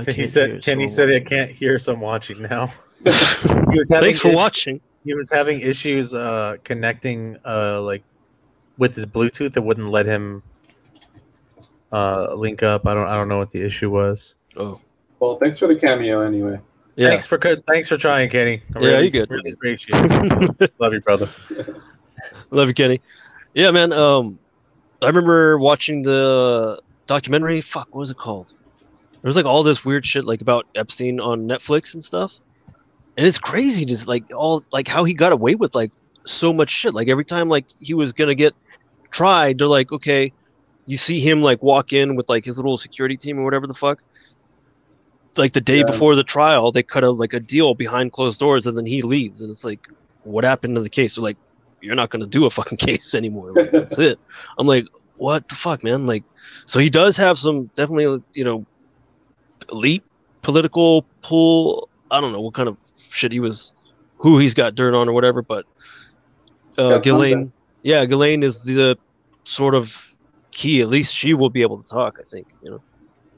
Speaker 3: can't hear,
Speaker 2: said, Kenny
Speaker 3: so-
Speaker 2: said, I can't hear, so I'm watching now. he was having
Speaker 3: Thanks for
Speaker 2: issues-
Speaker 3: watching.
Speaker 2: He was having issues uh, connecting, uh, like with his Bluetooth. It wouldn't let him uh, link up. I don't. I don't know what the issue was.
Speaker 3: Oh
Speaker 1: Well, thanks for the cameo anyway.
Speaker 3: yeah,
Speaker 2: Thanks for co- thanks for trying, Kenny. I
Speaker 3: Yeah,
Speaker 2: really,
Speaker 3: you're good.
Speaker 2: Really appreciate it. Love you, brother.
Speaker 3: love you, Kenny. Yeah, man. Um, I remember watching the documentary. Fuck, what was it called? There was like all this weird shit like about Epstein on Netflix and stuff, and it's crazy. Just like all like how he got away with like so much shit. Like every time like he was gonna get tried, they're like, okay, you see him like walk in with like his little security team or whatever the fuck. Like the day
Speaker 1: Yeah.
Speaker 3: before the trial, they cut a like a deal behind closed doors, and then he leaves, and it's like, what happened to the case? They're like, you're not gonna do a fucking case anymore. Like, that's it. I'm like, what the fuck, man? Like, so he does have some definitely, you know, elite political pull. I don't know what kind of shit he was, who he's got dirt on or whatever, but uh,
Speaker 1: Scott
Speaker 3: Ghislaine, yeah, Ghislaine is the sort of key. At least she will be able to talk, I think, you know,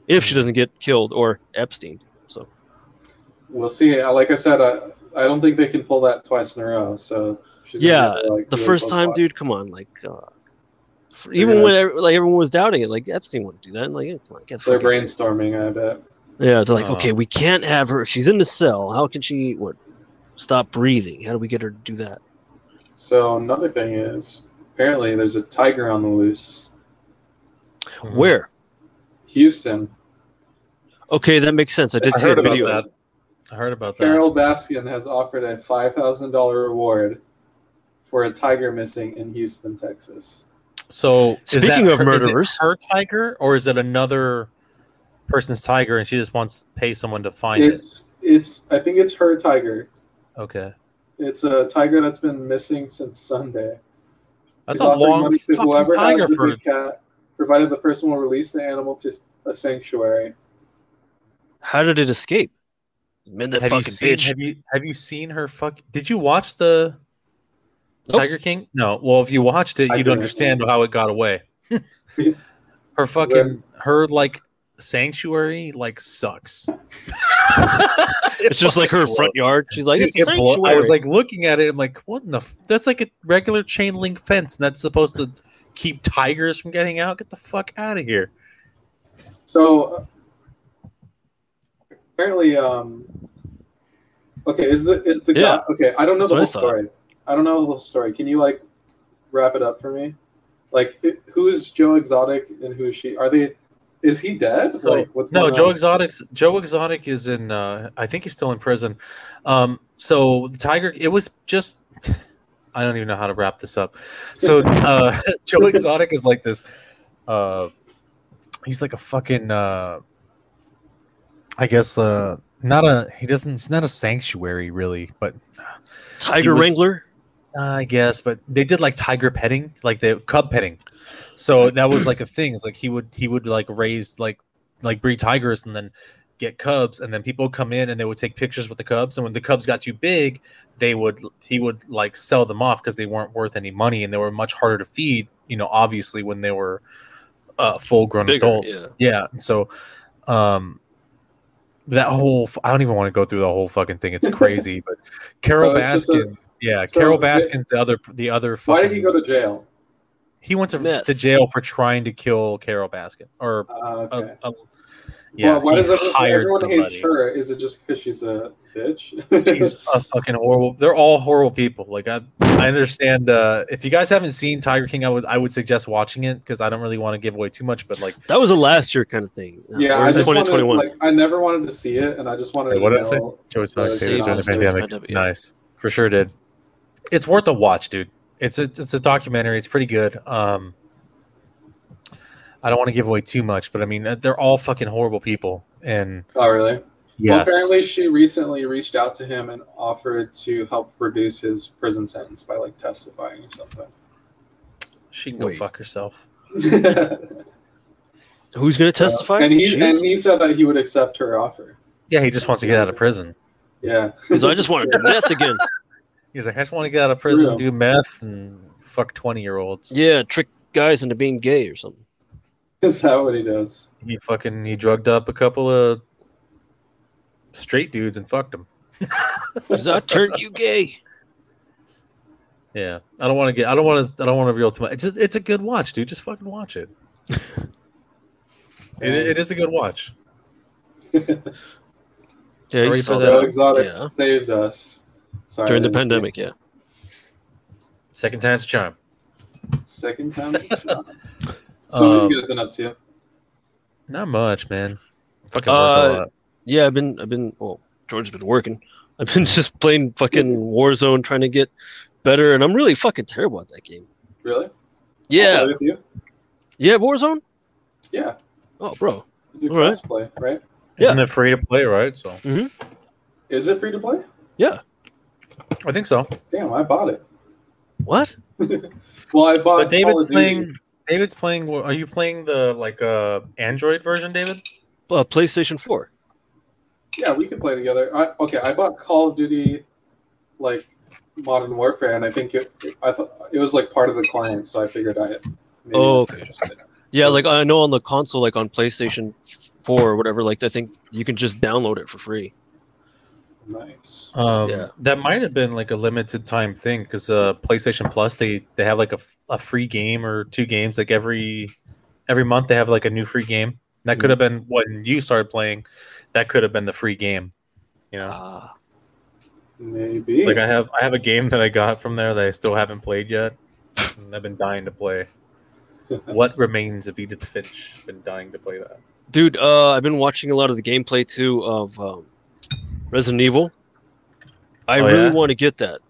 Speaker 3: if she doesn't get killed or Epstein. So,
Speaker 1: We'll see. Uh, Like I said, I, I don't think they can pull that twice in a row. So she's gonna
Speaker 3: Yeah,
Speaker 1: have to, like,
Speaker 3: the
Speaker 1: really
Speaker 3: first
Speaker 1: close
Speaker 3: time,
Speaker 1: watch.
Speaker 3: dude, come on, like, uh, even
Speaker 1: gonna-
Speaker 3: when ev- like everyone was doubting it, like Epstein wouldn't do that. Like, yeah, come on, get the
Speaker 1: They're
Speaker 3: fuck out.
Speaker 1: brainstorming. I bet.
Speaker 3: Yeah, they're like,
Speaker 2: Uh,
Speaker 3: okay, we can't have her. If she's in the cell, how can she what? Stop breathing. How do we get her to do that?
Speaker 1: So another thing is, apparently, there's a tiger on the loose.
Speaker 2: Mm-hmm.
Speaker 3: Where?
Speaker 1: Houston.
Speaker 3: Okay, that makes sense. I did
Speaker 2: I
Speaker 3: see a
Speaker 2: heard about
Speaker 3: video.
Speaker 2: that. I heard about that.
Speaker 1: Carol Baskin has offered a five thousand dollar reward for a tiger missing in Houston, Texas.
Speaker 2: So is
Speaker 3: Speaking of
Speaker 2: that her- is it
Speaker 3: murderers-
Speaker 2: her tiger or is it another person's tiger, and she just wants to pay someone to find it?
Speaker 1: It's it's. I think it's her tiger.
Speaker 2: Okay,
Speaker 1: It's a tiger that's been missing since Sunday.
Speaker 2: that's
Speaker 1: He's
Speaker 2: a
Speaker 1: offering
Speaker 2: long
Speaker 1: money to
Speaker 2: fucking
Speaker 1: whoever
Speaker 2: tiger
Speaker 1: has the
Speaker 2: for.
Speaker 1: big cat, provided the person will release the animal to a sanctuary.
Speaker 3: How did it escape? Man, that
Speaker 2: Have you
Speaker 3: fucking
Speaker 2: seen?
Speaker 3: bitch.
Speaker 2: Have you have you seen her? Fuck. Did you watch the
Speaker 3: Nope.
Speaker 2: Tiger King? No. Well, if you watched it,
Speaker 1: I
Speaker 2: you'd
Speaker 1: didn't.
Speaker 2: understand how it got away. her fucking her like sanctuary like sucks.
Speaker 3: It's just like her front yard. She's like, it's a
Speaker 2: It blo- I was
Speaker 3: sanctuary."
Speaker 2: like looking at it. I'm like, what in the? F-? That's like a regular chain link fence, and that's supposed to keep tigers from getting out. Get the fuck out of here.
Speaker 1: So uh, apparently, um, okay, is the is the
Speaker 3: Yeah.
Speaker 1: guy okay? I don't know
Speaker 3: That's
Speaker 1: the
Speaker 3: what I
Speaker 1: whole story.
Speaker 3: thought.
Speaker 1: I don't know the whole story. Can you like wrap it up for me? Like, who is Joe Exotic and who is she? Are they Is he dead?
Speaker 2: So-
Speaker 1: like, what's
Speaker 2: no
Speaker 1: going
Speaker 2: joe
Speaker 1: on?
Speaker 2: exotic's joe exotic is in uh i think he's still in prison um so tiger it was just i don't even know how to wrap this up so uh joe exotic is like this uh he's like a fucking uh i guess uh not a he doesn't he's not a sanctuary really but
Speaker 3: Tiger
Speaker 2: was-
Speaker 3: Wrangler.
Speaker 2: I guess, but they did like tiger petting, like the cub petting. So that was like a thing. It's like he would he would like raise like like breed tigers and then get cubs, and then people would come in and they would take pictures with the cubs. And when the cubs got too big, they would he would like sell them off because they weren't worth any money and they were much harder to feed. You know, obviously when they were uh, full grown
Speaker 3: Bigger,
Speaker 2: adults. Yeah. And so, um. That whole, f- I don't even want to go through the whole fucking thing. It's crazy, but Carol
Speaker 1: So it's just a-
Speaker 2: Baskin, yeah,
Speaker 1: So,
Speaker 2: Carol
Speaker 1: the-
Speaker 2: Baskin's the other the other. Fucking,
Speaker 1: Why did he go to jail?
Speaker 2: He went to,
Speaker 3: Meth.
Speaker 2: to jail for trying to kill Carol Baskin, or
Speaker 1: Uh,
Speaker 2: uh,
Speaker 1: okay.
Speaker 2: uh, yeah,
Speaker 1: well, why
Speaker 2: he
Speaker 1: does everyone,
Speaker 2: hired
Speaker 1: everyone hates
Speaker 2: somebody.
Speaker 1: her? Is it just because she's a bitch?
Speaker 2: She's a fucking horrible. They're all horrible people. Like I, I understand. Uh, if you guys haven't seen Tiger King, I would I would suggest watching it because I don't really want to give away too much. But like,
Speaker 3: That was a last year kind of thing.
Speaker 1: yeah,
Speaker 3: Or
Speaker 1: I just wanted,
Speaker 3: 2021.
Speaker 1: like, I never wanted to see it, and I just wanted
Speaker 2: Wait,
Speaker 1: to
Speaker 2: what
Speaker 1: know.
Speaker 2: did I say? Joe
Speaker 1: Uh,
Speaker 2: Exotic
Speaker 1: Saved
Speaker 2: saved us during the
Speaker 1: Us during
Speaker 2: pandemic.
Speaker 3: the pandemic, yeah.
Speaker 2: Nice, for sure did. It's worth a watch, dude. It's a it's a documentary. It's pretty good. Um, I don't want to give away too much, but I mean uh, they're all fucking horrible people. And
Speaker 1: Oh, really? Well,
Speaker 2: yes,
Speaker 1: apparently, she recently reached out to him and offered to help reduce his prison sentence by like testifying or
Speaker 2: she can go
Speaker 4: Wait.
Speaker 2: fuck herself.
Speaker 1: something.
Speaker 3: Who's going to testify?
Speaker 1: uh, and he
Speaker 3: Jeez.
Speaker 1: and he said that he would accept her offer.
Speaker 2: Yeah, he just wants to get out of prison.
Speaker 1: Yeah.
Speaker 3: 'Cause I just want to do meth again.
Speaker 2: He's like, I just want to get out of prison,
Speaker 1: Real.
Speaker 2: do meth, and fuck twenty year olds.
Speaker 3: Yeah, trick guys into being gay or something.
Speaker 1: Is that what he does?
Speaker 2: He fucking he drugged up a couple of straight dudes and fucked them.
Speaker 3: 'Cause I turned you gay.
Speaker 2: Yeah, I don't want to get. I don't want to. I don't want to reveal too much. It's just, it's a good watch, dude. Just fucking watch it. it, it is a good watch.
Speaker 3: Yeah,
Speaker 2: Sorry
Speaker 3: you
Speaker 2: for
Speaker 3: saw
Speaker 2: the-
Speaker 1: Joe
Speaker 3: that
Speaker 1: Exotics
Speaker 3: Uh, Yeah.
Speaker 1: saved us. Sorry, I
Speaker 3: during the
Speaker 1: didn't see
Speaker 3: pandemic. Yeah.
Speaker 2: Second time's a charm.
Speaker 1: it. Second time. so
Speaker 3: Um,
Speaker 1: what have you guys been up to?
Speaker 2: Not much, man. Fucking work
Speaker 3: Uh,
Speaker 2: a lot.
Speaker 3: Yeah, I've been, I've been. Well, George's been working. I've been just playing fucking Warzone, trying to get better, and I'm really fucking terrible at that game.
Speaker 1: Oh, Really? I'll play
Speaker 3: Yeah,
Speaker 1: With you?
Speaker 3: yeah, Warzone.
Speaker 1: Yeah.
Speaker 3: Oh, bro,
Speaker 1: You do
Speaker 3: All right.
Speaker 1: crossplay, right?
Speaker 3: yeah.
Speaker 2: Isn't it free to play, right? So
Speaker 1: Is it free to play?
Speaker 2: I think so.
Speaker 1: Damn, I bought it.
Speaker 3: what?
Speaker 1: Well, I bought.
Speaker 2: But
Speaker 1: Call
Speaker 2: David's
Speaker 1: of Duty.
Speaker 2: playing. David's playing. Are you playing the like uh Android version, David?
Speaker 3: Uh, PlayStation Four.
Speaker 1: Yeah, we could play together. I, okay, I bought Call of Duty, like Modern Warfare, and I think it. I thought it was like part of the client, so I figured I. Maybe
Speaker 3: Oh,
Speaker 1: I'd be
Speaker 3: okay.
Speaker 1: interested.
Speaker 3: Yeah, like I know on the console, like on PlayStation Four or whatever. Like I think you can just download it for free.
Speaker 1: Nice.
Speaker 2: Um,
Speaker 3: Yeah.
Speaker 2: That might have been like a limited time thing because uh, PlayStation Plus they they have like a, f- a free game or two games like every every month they have like a new free game. That could have been when you started playing. That could have been the free game. You know,
Speaker 3: Ah,
Speaker 1: Maybe.
Speaker 2: like I have I have a game that I got from there that I still haven't played yet. and I've been dying to play. what remains of Edith Finch? Been dying to play that.
Speaker 3: dude, uh, I've been watching a lot of the gameplay too of um, Resident Evil. I
Speaker 2: Oh,
Speaker 3: really
Speaker 2: yeah?
Speaker 3: want to get that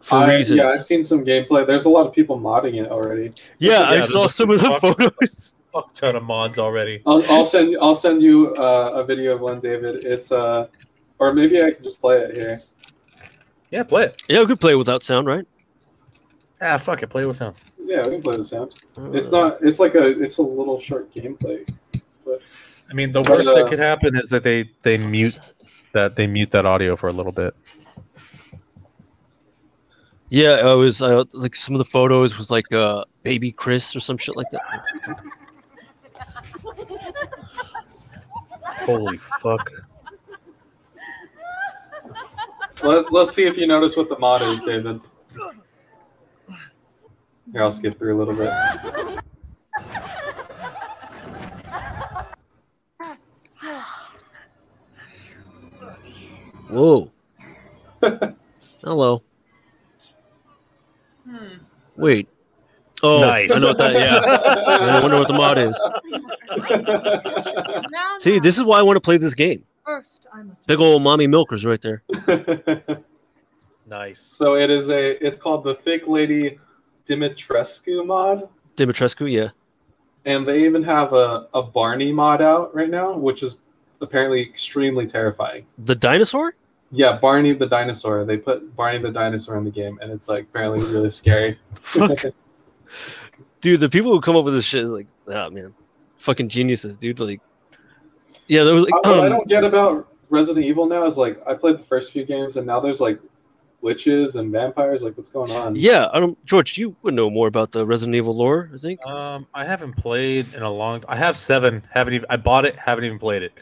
Speaker 3: for
Speaker 1: I-
Speaker 3: reasons.
Speaker 1: Yeah, I've seen some gameplay. There's a lot of people modding it already.
Speaker 3: Yeah, I
Speaker 2: Yeah,
Speaker 3: saw
Speaker 2: there's a
Speaker 3: some of the
Speaker 2: fucking-
Speaker 3: photos.
Speaker 2: Fuck ton of mods already.
Speaker 1: I'll, I'll send I'll send you uh, a video of one, David. It's uh, or maybe I can just play it here.
Speaker 2: Yeah, play it.
Speaker 3: Yeah, we could play without sound, right?
Speaker 2: Ah, fuck it. Play it with sound.
Speaker 1: Yeah, we can play the sound. It's
Speaker 3: Uh,
Speaker 1: not. It's like a. It's a little short gameplay.
Speaker 2: I mean, the
Speaker 1: But,
Speaker 2: worst
Speaker 1: uh,
Speaker 2: that could happen is that they they mute that they mute that audio for a little bit.
Speaker 3: Yeah, I was uh, like some of the photos was like uh, baby Chris or some shit like that.
Speaker 2: Holy fuck!
Speaker 1: Let, let's see if you notice what the mod is, David. Here, I'll skip through a little bit.
Speaker 3: Whoa. Hello. Wait, Oh,
Speaker 2: Nice.
Speaker 3: I know what that. Yeah, I wonder what the mod is.
Speaker 4: Now,
Speaker 3: See,
Speaker 4: now,
Speaker 3: this is why I want to play this game.
Speaker 4: first I must
Speaker 3: Big old mommy milkers right there.
Speaker 2: Nice.
Speaker 1: so it is a. It's called the Thick Lady Dimitrescu mod,
Speaker 3: Dimitrescu, yeah.
Speaker 1: and they even have a a Barney mod out right now, which is apparently extremely terrifying.
Speaker 3: The dinosaur?
Speaker 1: Yeah, Barney the dinosaur. They put Barney the dinosaur in the game, and it's like apparently really scary.
Speaker 3: Fuck. dude, the people who come up with this shit is like, oh man, fucking geniuses, dude. Like, yeah, there was like,
Speaker 1: what I
Speaker 3: um,
Speaker 1: don't get about Resident Evil now is like I played the first few games, and now there's like witches and vampires. Like, what's going on?
Speaker 3: yeah, I don't. George, you would know more about the Resident Evil lore, I think.
Speaker 2: Um, I haven't played in a long. I have seven. Haven't even. I bought it. Haven't even played it,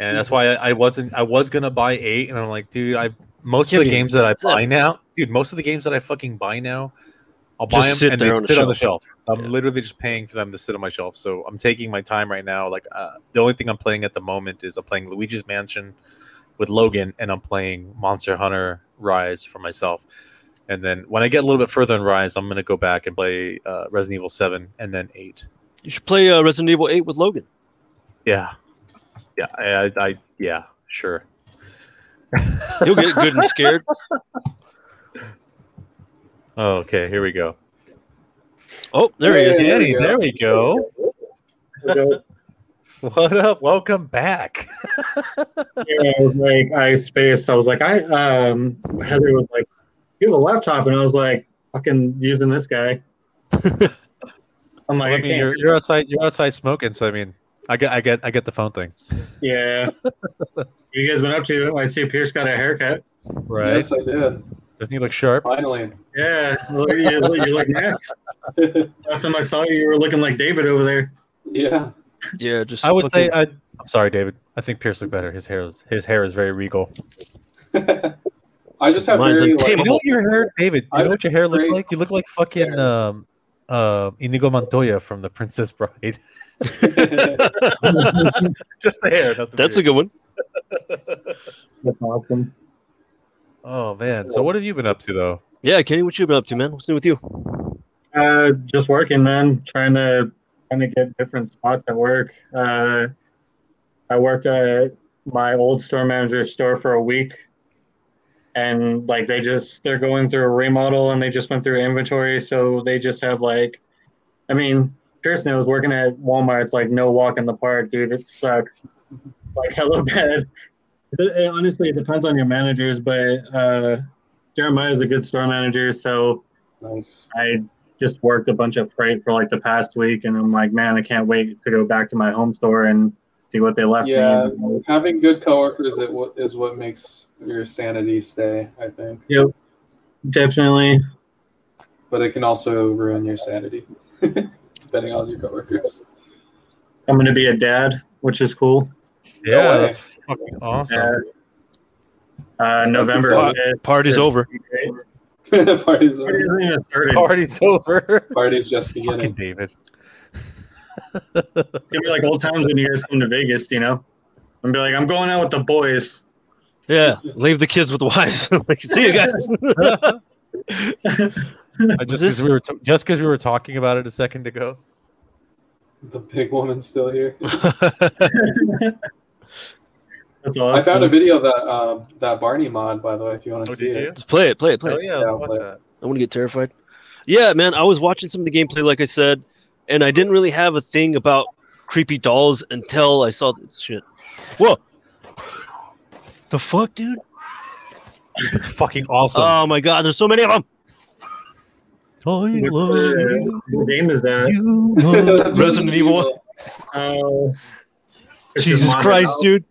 Speaker 2: and that's why I, I wasn't. I was gonna buy eight, and I'm like, dude. I most
Speaker 3: Give
Speaker 2: of the
Speaker 3: me
Speaker 2: games that I buy
Speaker 3: seven.
Speaker 2: now, dude. Most of the games that I fucking buy now, I'll
Speaker 3: Just
Speaker 2: buy
Speaker 3: sit
Speaker 2: them and
Speaker 3: there
Speaker 2: they
Speaker 3: on the
Speaker 2: sit on the shelf. So I'm
Speaker 3: Yeah.
Speaker 2: literally just paying for them to sit on my shelf. So I'm taking my time right now. Like uh, the only thing I'm playing at the moment is I'm playing Luigi's Mansion with Logan, and I'm playing Monster Hunter Rise for myself. And then when I get a little bit further in Rise, I'm gonna go back and play uh, Resident Evil Seven and then Eight.
Speaker 3: You should play uh, Resident Evil 8 with Logan.
Speaker 2: Yeah, yeah, I, I, I yeah, sure.
Speaker 3: He'll get good and scared.
Speaker 2: Oh, okay, here we go.
Speaker 3: Oh, there he is.
Speaker 1: Hey, there
Speaker 2: Danny,
Speaker 1: we go.
Speaker 2: there we go.
Speaker 5: yeah,
Speaker 2: What up? Welcome back.
Speaker 5: it was like I spaced. I was like, I um Heather was like, you have a laptop, and I was like, fucking using this guy. I'm like,
Speaker 2: I
Speaker 5: I
Speaker 2: mean,
Speaker 5: can't.
Speaker 2: you're, you're outside. You're outside smoking. So I mean, I get, I get, I get the phone thing.
Speaker 5: yeah. What you guys been up to? I see Pierce got a haircut.
Speaker 2: Right?
Speaker 1: Yes, I did.
Speaker 2: Doesn't he look sharp?
Speaker 1: Finally.
Speaker 5: Yeah, look, you, look, you look next. Last time I saw you, you were looking like David over there.
Speaker 1: yeah.
Speaker 3: Yeah, just.
Speaker 2: I would say uh,
Speaker 3: fucking-
Speaker 2: I. I'm sorry, David. I think Pierce looked better. His hair is his hair is very regal.
Speaker 1: I just have
Speaker 3: Mine's
Speaker 1: very
Speaker 3: on
Speaker 1: like,
Speaker 2: David, you know what your hair, David. You
Speaker 1: I
Speaker 2: know what your hair looks
Speaker 1: great
Speaker 2: like? You look like fucking um, uh, Inigo Montoya from The Princess Bride. Just the hair. Not the
Speaker 3: that's a
Speaker 2: beard.
Speaker 3: good one.
Speaker 5: That's awesome.
Speaker 2: Oh man. So what have you been up to though?
Speaker 3: Yeah, Kenny, what you been up to, man? What's new with you?
Speaker 5: Uh, just working, man. Trying to trying to get different spots at work. Uh, I worked at my old store manager's store for a week, and like they just they're going through a remodel and they just went through inventory, so they just have like, I mean, Kirsten was working at Walmart. It's like no walk in the park, dude. It sucks. Like hella bad. It- it- honestly, it depends on your managers, but uh, Jeremiah's a good store manager, so.
Speaker 1: nice.
Speaker 5: I just worked a bunch of freight for like the past week, and I'm like, man, I can't wait to go back to my home store and see what they left
Speaker 1: Yeah.
Speaker 5: me.
Speaker 1: Having good coworkers is what is what makes your sanity stay. I think,
Speaker 5: Yep, definitely.
Speaker 1: but it can also ruin your sanity, depending on your coworkers.
Speaker 5: I'm gonna be a dad, which is cool.
Speaker 2: Yeah,
Speaker 1: way.
Speaker 2: that's fucking awesome.
Speaker 5: Uh, uh, November.
Speaker 1: exciting.
Speaker 5: is
Speaker 3: Party's
Speaker 5: Yeah.
Speaker 3: over.
Speaker 5: great.
Speaker 1: Parties
Speaker 5: It
Speaker 1: are,
Speaker 5: hasn't even started.
Speaker 2: Party's over.
Speaker 1: parties just
Speaker 2: Fucking
Speaker 1: beginning.
Speaker 2: David.
Speaker 5: It's gonna be like old times when you guys come to Vegas, you know. I'm be like, I'm going out with the boys.
Speaker 3: Yeah, leave the kids with the wives. like, see you guys.
Speaker 2: I just because we were t- just because we were talking about it a second ago.
Speaker 1: The big woman's still here.
Speaker 5: That's
Speaker 1: I found a
Speaker 5: awesome.
Speaker 1: video of that uh, that Barney mod, by the way, if you want to
Speaker 2: Hmm. Oh,
Speaker 1: see
Speaker 2: did
Speaker 1: it.
Speaker 2: you?
Speaker 3: Just play it, play it, play it.
Speaker 2: Oh yeah,
Speaker 1: Yeah,
Speaker 2: watch
Speaker 1: but-
Speaker 2: that.
Speaker 3: I'm gonna get terrified. Yeah, man, I was watching some of the gameplay, like I said, and I didn't really have a thing about creepy dolls until I saw this shit. Whoa, the fuck, dude!
Speaker 2: That's fucking awesome.
Speaker 3: Oh my god, there's so many of them.
Speaker 2: I love you.
Speaker 5: What game is that?
Speaker 2: You love-
Speaker 1: That's
Speaker 3: Hmm. Resident Evil.
Speaker 5: Oh, it's just
Speaker 3: Jesus
Speaker 5: mono-
Speaker 3: Christ, dude!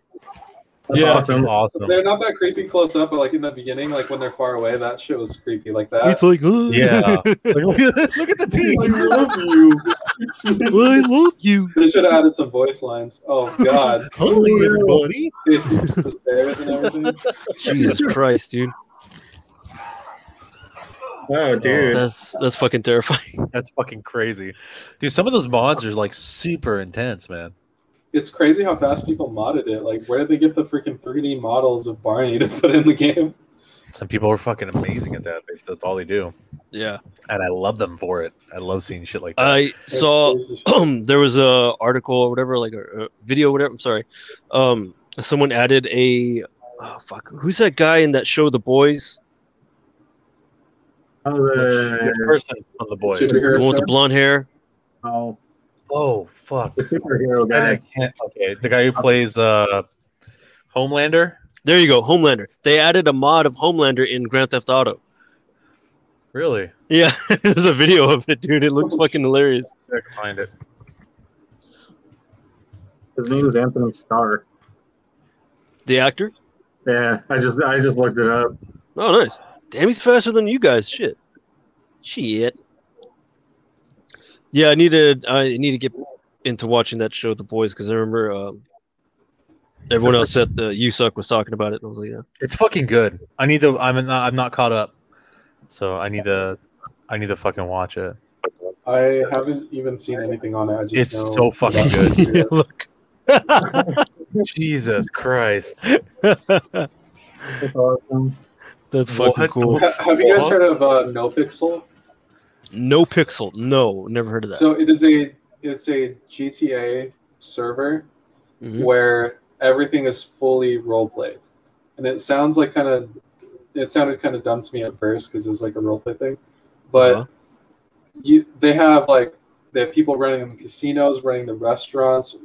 Speaker 5: That's
Speaker 2: yeah.
Speaker 5: awesome.
Speaker 2: fucking awesome.
Speaker 1: They're not that creepy close up, but like in the beginning, like when they're far away, that shit was creepy. Like that.
Speaker 3: It's like, oh,
Speaker 2: Yeah. Like, look, at- look at the
Speaker 1: I
Speaker 2: teeth.
Speaker 1: love you.
Speaker 3: I love you.
Speaker 1: They should have added some voice lines. Oh God,
Speaker 2: Holy everybody.
Speaker 1: Casey up the stairs and everything.
Speaker 3: Jesus Christ, dude!
Speaker 5: Oh, dude.
Speaker 3: That's that's fucking terrifying.
Speaker 2: That's fucking crazy. Dude, some of those mods are like super intense, man.
Speaker 1: It's crazy how fast people modded it. Like, where did they get the freaking 3D models of Barney to put in the game?
Speaker 2: Some people are fucking amazing at that. They- That's all they do,
Speaker 3: Yeah,
Speaker 2: and I love them for it. I love seeing shit like that.
Speaker 3: I saw there was a article or whatever, like a, a video, whatever. I'm sorry. Um, someone added a oh, fuck. Who's that guy in that show, The Boys?
Speaker 5: Oh,
Speaker 2: Which- which
Speaker 5: the,
Speaker 2: person on the boys?
Speaker 1: Superhero.
Speaker 3: The one with the blonde hair.
Speaker 5: oh,
Speaker 2: Oh fuck!
Speaker 5: the superhero
Speaker 2: Man, I
Speaker 5: guy.
Speaker 2: can't. Okay, the guy who plays uh, Homelander.
Speaker 3: There you go, Homelander. They added a mod of Homelander in Grand Theft Auto.
Speaker 2: Really?
Speaker 3: Yeah, there's a video of it, dude. It looks fucking hilarious.
Speaker 2: I can find it.
Speaker 5: His name is Anthony Starr.
Speaker 3: The actor?
Speaker 5: Yeah, I just I just looked it up.
Speaker 3: Oh, nice. Damn, he's faster than you guys. Shit. Shit. Yeah, I need to. I need to get into watching that show, The Boys, because I remember um, everyone else at the You Suck was talking about it, and I was like, yeah.
Speaker 2: It's fucking good. I need to. I'm not. I'm not caught up. So I need to. I need to fucking watch it.
Speaker 1: I haven't even seen anything on it. I just
Speaker 2: It's
Speaker 1: know
Speaker 2: so fucking
Speaker 1: about
Speaker 2: good.
Speaker 1: it.
Speaker 3: Look.
Speaker 2: Jesus Christ!
Speaker 3: That's
Speaker 5: That's awesome.
Speaker 3: fucking
Speaker 2: What?
Speaker 3: cool.
Speaker 1: Ha- Have you guys heard of uh, No Pixel?
Speaker 3: No Pixel. No, never heard of that.
Speaker 1: So it is a it's a GTA server
Speaker 3: Mhm.
Speaker 1: where everything is fully role played, and it sounds like kind of it sounded kind of dumb to me at first because it was like a role play thing, but
Speaker 3: Uh-huh.
Speaker 1: you they have like they have people running the casinos, running the restaurants,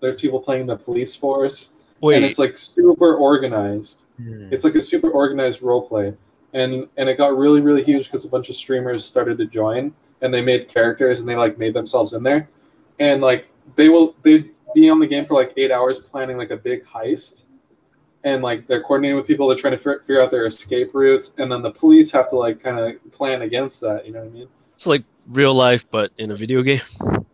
Speaker 1: there's people playing the police force, and
Speaker 3: Wait,
Speaker 1: it's like super organized.
Speaker 2: Mm-hmm.
Speaker 1: it's like a super organized role play and and it got really really huge because a bunch of streamers started to join and they made characters and they like made themselves in there and like they will they'd be on the game for like eight hours planning like a big heist and like they're coordinating with people they're trying to fi- figure out their escape routes and then the police have to like kind of plan against that you know what i mean
Speaker 3: it's like real life, but in a video game.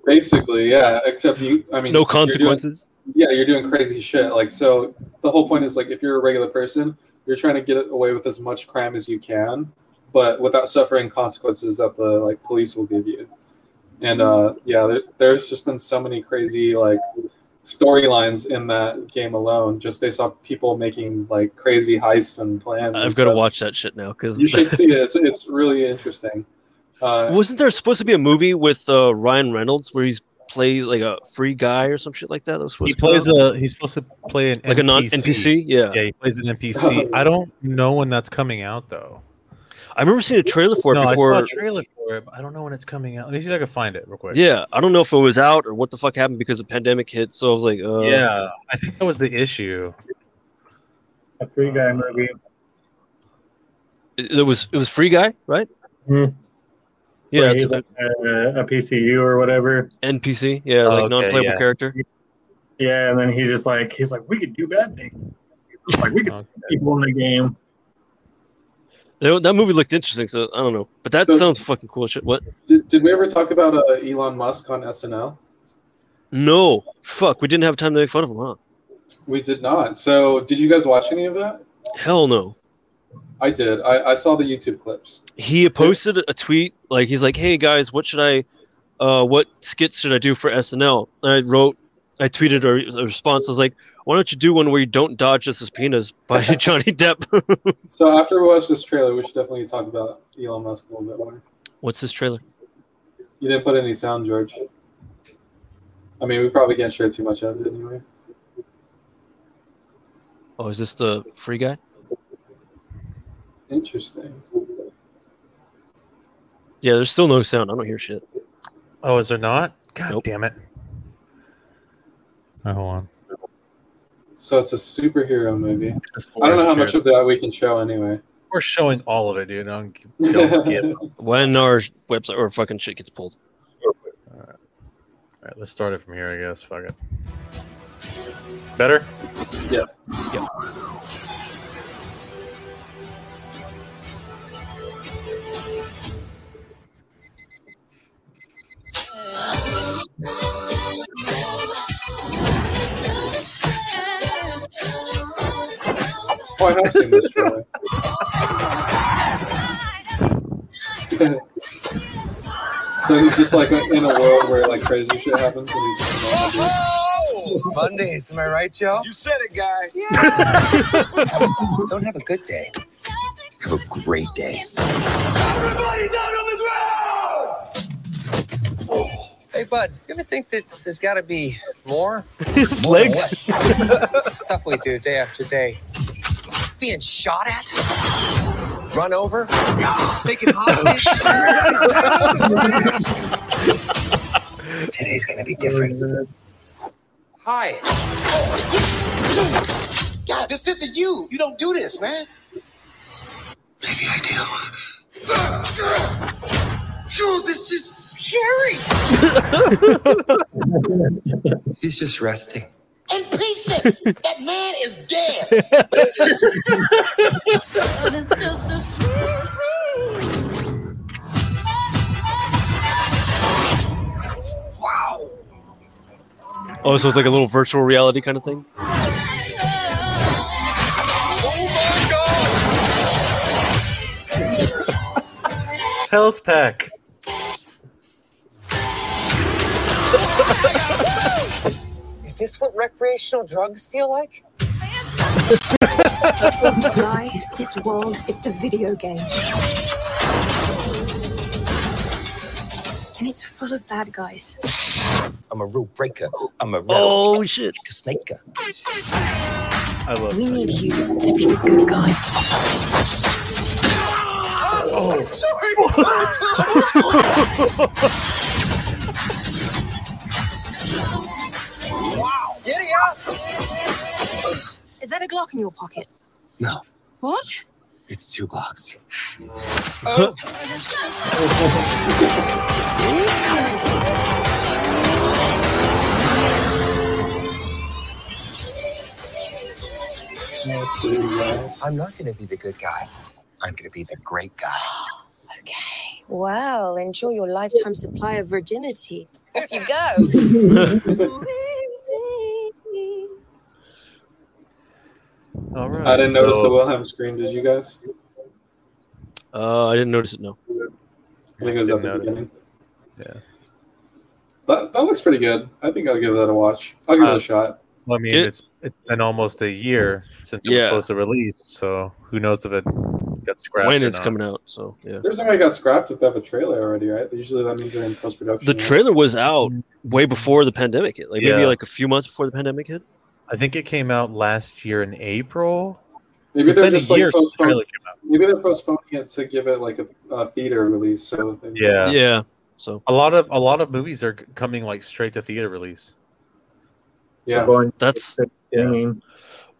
Speaker 1: basically yeah except you i mean
Speaker 3: No
Speaker 1: you're doing-
Speaker 3: consequences.
Speaker 1: yeah you're doing crazy shit like so the whole point is like if you're a regular person you're trying to get away with as much crime as you can but without suffering consequences that the like police will give you and uh yeah there, there's just been so many crazy like storylines in that game alone just based off people making like crazy heists and plans and
Speaker 3: I've got to
Speaker 1: stuff.
Speaker 3: watch that shit now because
Speaker 1: you should see it it's, it's really interesting uh
Speaker 3: Wasn't there supposed to be a movie with uh, Ryan Reynolds where he's plays like a free guy or some shit like that? that was supposed
Speaker 2: He
Speaker 3: to come
Speaker 2: plays
Speaker 3: out?
Speaker 2: a. He's supposed to play an
Speaker 3: like a non NPC. Yeah.
Speaker 2: Yeah, he plays an NPC. I don't know when that's coming out though.
Speaker 3: I remember seeing a trailer for it
Speaker 2: no, I saw
Speaker 3: before.
Speaker 2: a trailer for it, but I don't know when it's coming out. Let me see if I can find it real quick.
Speaker 3: yeah, I don't know if it was out or what the fuck happened because the pandemic hit. So I was like, uh,
Speaker 2: yeah. I think that was the issue.
Speaker 5: A free guy movie.
Speaker 3: it, it was it was free guy, right?
Speaker 5: Mhm.
Speaker 3: Yeah,
Speaker 5: where
Speaker 3: it's
Speaker 5: he's
Speaker 3: like
Speaker 5: like a, a PCU or whatever.
Speaker 3: NPC. Yeah,
Speaker 2: Oh,
Speaker 3: like
Speaker 2: okay,
Speaker 3: non-playable
Speaker 2: yeah.
Speaker 3: character.
Speaker 5: Yeah, and then he just like he's like we could do bad things. He's Like we could
Speaker 2: Okay.
Speaker 5: people in the game.
Speaker 3: That, that movie looked interesting. So I don't know, but that
Speaker 1: So-
Speaker 3: sounds fucking cool. Shit. What?
Speaker 1: did, did we ever talk about uh, elon musk on snl
Speaker 3: No, fuck. We didn't have time to make fun of him, huh?
Speaker 1: we did not so did you guys watch any of that
Speaker 3: Hell no.
Speaker 1: I did. I, I saw the YouTube clips.
Speaker 3: he posted a tweet like he's like hey guys what should i uh what skits should i do for snl and i wrote i tweeted a, a response i was like why don't you do one where you don't dodge the subpoenas by johnny depp
Speaker 1: So after we watch this trailer, we should definitely talk about Elon Musk a little bit more.
Speaker 3: what's this trailer
Speaker 1: You didn't put any sound, George. I mean, we probably can't share too much of it anyway.
Speaker 3: oh is this the free guy
Speaker 1: Interesting.
Speaker 3: yeah there's still no sound i don't hear shit
Speaker 2: Oh, is there not? God
Speaker 3: Nope.
Speaker 2: damn it. Oh, hold on.
Speaker 1: So it's a superhero movie. I don't know how much of that we can show anyway.
Speaker 2: We're showing all of it, dude. Don't, don't give up.
Speaker 3: when our website or fucking shit gets pulled
Speaker 2: All right, let's start it from here, I guess. Fuck it. Better?
Speaker 1: Yeah.
Speaker 2: Yeah.
Speaker 1: Oh, I have seen this trailer. so he's just like in a world where like crazy shit happens, and he's like, "No,
Speaker 4: Mondays, am I right, y'all?
Speaker 6: You said it, guy.
Speaker 4: Don't have a good day. Have a great day.
Speaker 6: Everybody down on the ground!
Speaker 7: Hey, bud, you ever think that there's got to be more
Speaker 3: His legs.
Speaker 7: stuff we do day after day? Being shot at? Run over? Taken hostage?
Speaker 4: Today's gonna be different.
Speaker 7: Hi.
Speaker 6: God, this isn't you. You don't do this, man.
Speaker 4: Maybe I do.
Speaker 6: Dude, this is scary.
Speaker 4: He's just resting.
Speaker 6: In pieces. that man is dead.
Speaker 8: But it's just a sweet, sweet.
Speaker 6: Wow.
Speaker 3: Oh, so it's like a little virtual reality kind of thing.
Speaker 2: Health pack.
Speaker 7: Is this what recreational drugs feel like?
Speaker 8: Guy, this world, it's a video game. And it's full of bad guys.
Speaker 6: I'm a rule breaker. I'm a real
Speaker 3: Oh shit!
Speaker 6: snaker.
Speaker 2: I love
Speaker 8: We need you to be the good guy.
Speaker 7: Giddy up!
Speaker 8: Is that a Glock in your pocket?
Speaker 4: No,
Speaker 8: What?
Speaker 4: it's two blocks.
Speaker 7: Oh,
Speaker 4: I'm not gonna be the good guy. I'm gonna be the great guy.
Speaker 8: Okay. Well, enjoy your lifetime supply of virginity. Off you go. Sweetie.
Speaker 2: All right.
Speaker 1: I didn't
Speaker 2: so-
Speaker 1: notice the Wilhelm scream. Did you guys?
Speaker 3: Uh, I didn't notice it. No.
Speaker 1: I think it was at
Speaker 2: Didn't
Speaker 1: the
Speaker 2: notice.
Speaker 1: beginning.
Speaker 2: Yeah.
Speaker 1: That, that looks pretty good. I think I'll give that a watch. I'll give it
Speaker 2: Uh,
Speaker 1: a shot.
Speaker 2: Well, I mean,
Speaker 3: It-
Speaker 2: it's it's been almost a year since it was
Speaker 3: Yeah.
Speaker 2: supposed to release, so who knows if it got scrapped
Speaker 3: When
Speaker 2: or
Speaker 3: it's
Speaker 2: not.
Speaker 3: coming out? So yeah.
Speaker 1: There's no way it got scrapped if they have a trailer already, right? Usually that means they're in post production.
Speaker 3: The trailer was out way before the pandemic hit. Like maybe
Speaker 2: Yeah.
Speaker 3: like a few months before the pandemic hit.
Speaker 2: I think it came out last year in April.
Speaker 1: Maybe
Speaker 2: it's
Speaker 1: they're
Speaker 2: been
Speaker 1: just
Speaker 2: a
Speaker 1: like
Speaker 2: year since the
Speaker 1: postponing.
Speaker 2: trailer came out.
Speaker 1: Maybe they're postponing it to give it like a, a theater release. So they-
Speaker 2: Yeah.
Speaker 3: yeah. So
Speaker 2: a lot of a lot of movies are c- coming like straight to theater release.
Speaker 1: yeah.
Speaker 5: going
Speaker 3: that's
Speaker 5: I mean,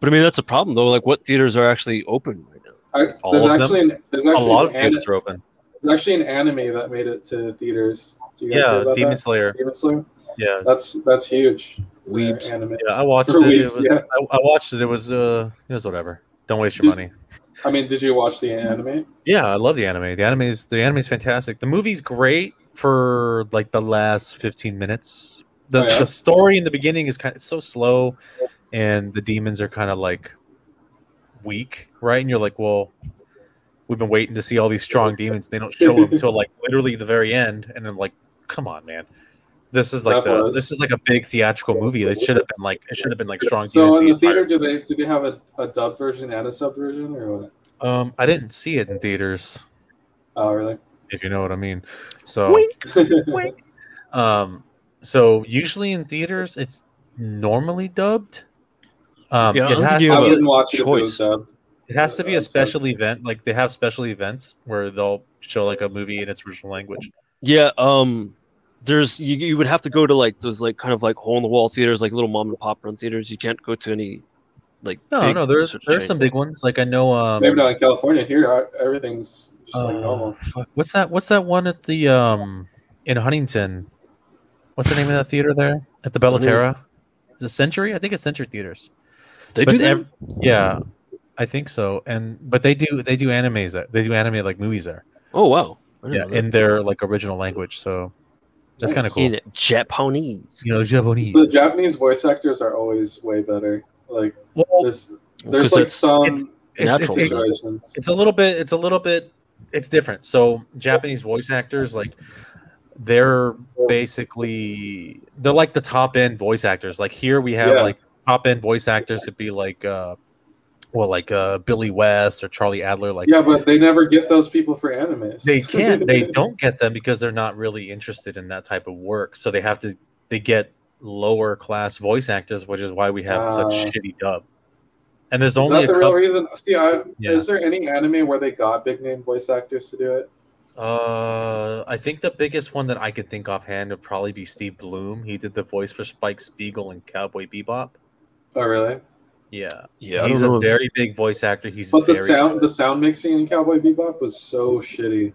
Speaker 3: But I mean, that's a problem though. Like, what theaters are actually open right now?
Speaker 1: I,
Speaker 2: All
Speaker 1: there's
Speaker 2: of them?
Speaker 1: actually an, there's
Speaker 2: A
Speaker 1: actually
Speaker 2: lot of
Speaker 1: an an-
Speaker 2: theaters are open.
Speaker 1: there's actually an anime that made it to theaters. Do you guys hear
Speaker 2: Yeah,
Speaker 1: about
Speaker 2: Demon
Speaker 1: that?
Speaker 2: Slayer.
Speaker 1: Demon Slayer.
Speaker 2: Yeah,
Speaker 1: That's that's huge. for
Speaker 3: Weebs.
Speaker 1: anime.
Speaker 2: yeah. I watched it.
Speaker 1: For
Speaker 2: It
Speaker 1: weeks,
Speaker 2: was.
Speaker 1: yeah.
Speaker 2: I, I watched it. It was. Uh, it was whatever. Don't waste your
Speaker 1: Dude.
Speaker 2: money.
Speaker 1: I mean, did you watch the anime?
Speaker 2: Yeah, I love the anime. The anime is the anime is fantastic. The movie's great for like the last fifteen minutes. The
Speaker 1: Oh, yeah?
Speaker 2: the story in the beginning is kind of so slow, and the demons are kind of like weak, right? And you're like, well, we've been waiting to see all these strong demons. They don't show them until like literally the very end, and I'm like, come on, man. This is like
Speaker 1: That
Speaker 2: the,
Speaker 1: was-
Speaker 2: this is like a big theatrical movie. This should have been like it should have been like strong
Speaker 1: So
Speaker 2: demons.
Speaker 1: in the theater,
Speaker 2: entire-
Speaker 1: do they do they have a, a dub version and a sub version or what?
Speaker 2: um, I didn't see it in theaters,
Speaker 1: Oh, really?
Speaker 2: if you know what I mean. So. Um, so usually in theaters, it's normally dubbed. Um,
Speaker 3: Yeah, I
Speaker 2: it,
Speaker 3: don't
Speaker 2: has
Speaker 3: think you
Speaker 1: I
Speaker 3: have
Speaker 2: to
Speaker 3: a-
Speaker 2: be,
Speaker 1: wouldn't watch it if it
Speaker 3: choice.
Speaker 1: was dubbed.
Speaker 2: it has to be a
Speaker 1: I'm sorry.
Speaker 2: special event. Like they have special events where they'll show like a movie in its original language.
Speaker 3: Yeah. Um, there's you, you would have to go to like those like kind of like hole in the wall theaters, like little mom and pop run theaters. You can't go to any like.
Speaker 2: No,
Speaker 3: big
Speaker 2: no, there's
Speaker 3: sort of
Speaker 2: there's
Speaker 3: chain.
Speaker 2: some big ones. Like I know. Um,
Speaker 1: Maybe not in California. Here, uh, everything's just like
Speaker 2: uh,
Speaker 1: normal.
Speaker 2: fuck, what's that? What's that one at the um in Huntington? What's the name of that theater there at the Bellaterra? Is it Century? I think it's Century Theaters.
Speaker 3: They
Speaker 2: but
Speaker 3: do that.
Speaker 2: ev- Yeah, I think so. And but they do they do animes that they do anime like movies there.
Speaker 3: oh wow. I didn't
Speaker 2: yeah,
Speaker 3: know that.
Speaker 2: in their like original language. So that's kind of cool.
Speaker 3: in Japanese.
Speaker 2: You know, Japanese.
Speaker 1: The Japanese voice actors are always way better. Like
Speaker 2: Well,
Speaker 1: there's there's
Speaker 3: 'Cause
Speaker 1: like some
Speaker 2: it's- it's, it's,
Speaker 3: natural.
Speaker 2: it's,
Speaker 1: situations.
Speaker 2: it's a little bit. It's a little bit. It's different. So Japanese voice actors, like they're basically they're like the top end voice actors. Like here we have
Speaker 1: Yeah.
Speaker 2: like top end voice actors could be like uh well, like uh, Billy West or Charlie Adler, like
Speaker 1: yeah, but they never get those people for animes.
Speaker 2: they can't they don't get them because they're not really interested in that type of work so they have to they get lower class voice actors which is why we have such
Speaker 1: Ah.
Speaker 2: shitty dub and there's
Speaker 1: Is that
Speaker 2: only a
Speaker 1: the real
Speaker 2: couple
Speaker 1: reason? See, I,
Speaker 2: Yeah.
Speaker 1: is there any anime where they got big name voice actors to do it?
Speaker 2: uh i think the biggest one that i could think offhand would probably be steve bloom he did the voice for spike spiegel and cowboy bebop
Speaker 1: Oh, really?
Speaker 2: yeah,
Speaker 3: Yeah, I
Speaker 2: he's
Speaker 3: don't
Speaker 2: a
Speaker 3: know. If,
Speaker 2: very big voice actor he's
Speaker 1: But the
Speaker 2: very
Speaker 1: sound,
Speaker 2: good.
Speaker 1: the sound mixing in Cowboy Bebop was so shitty.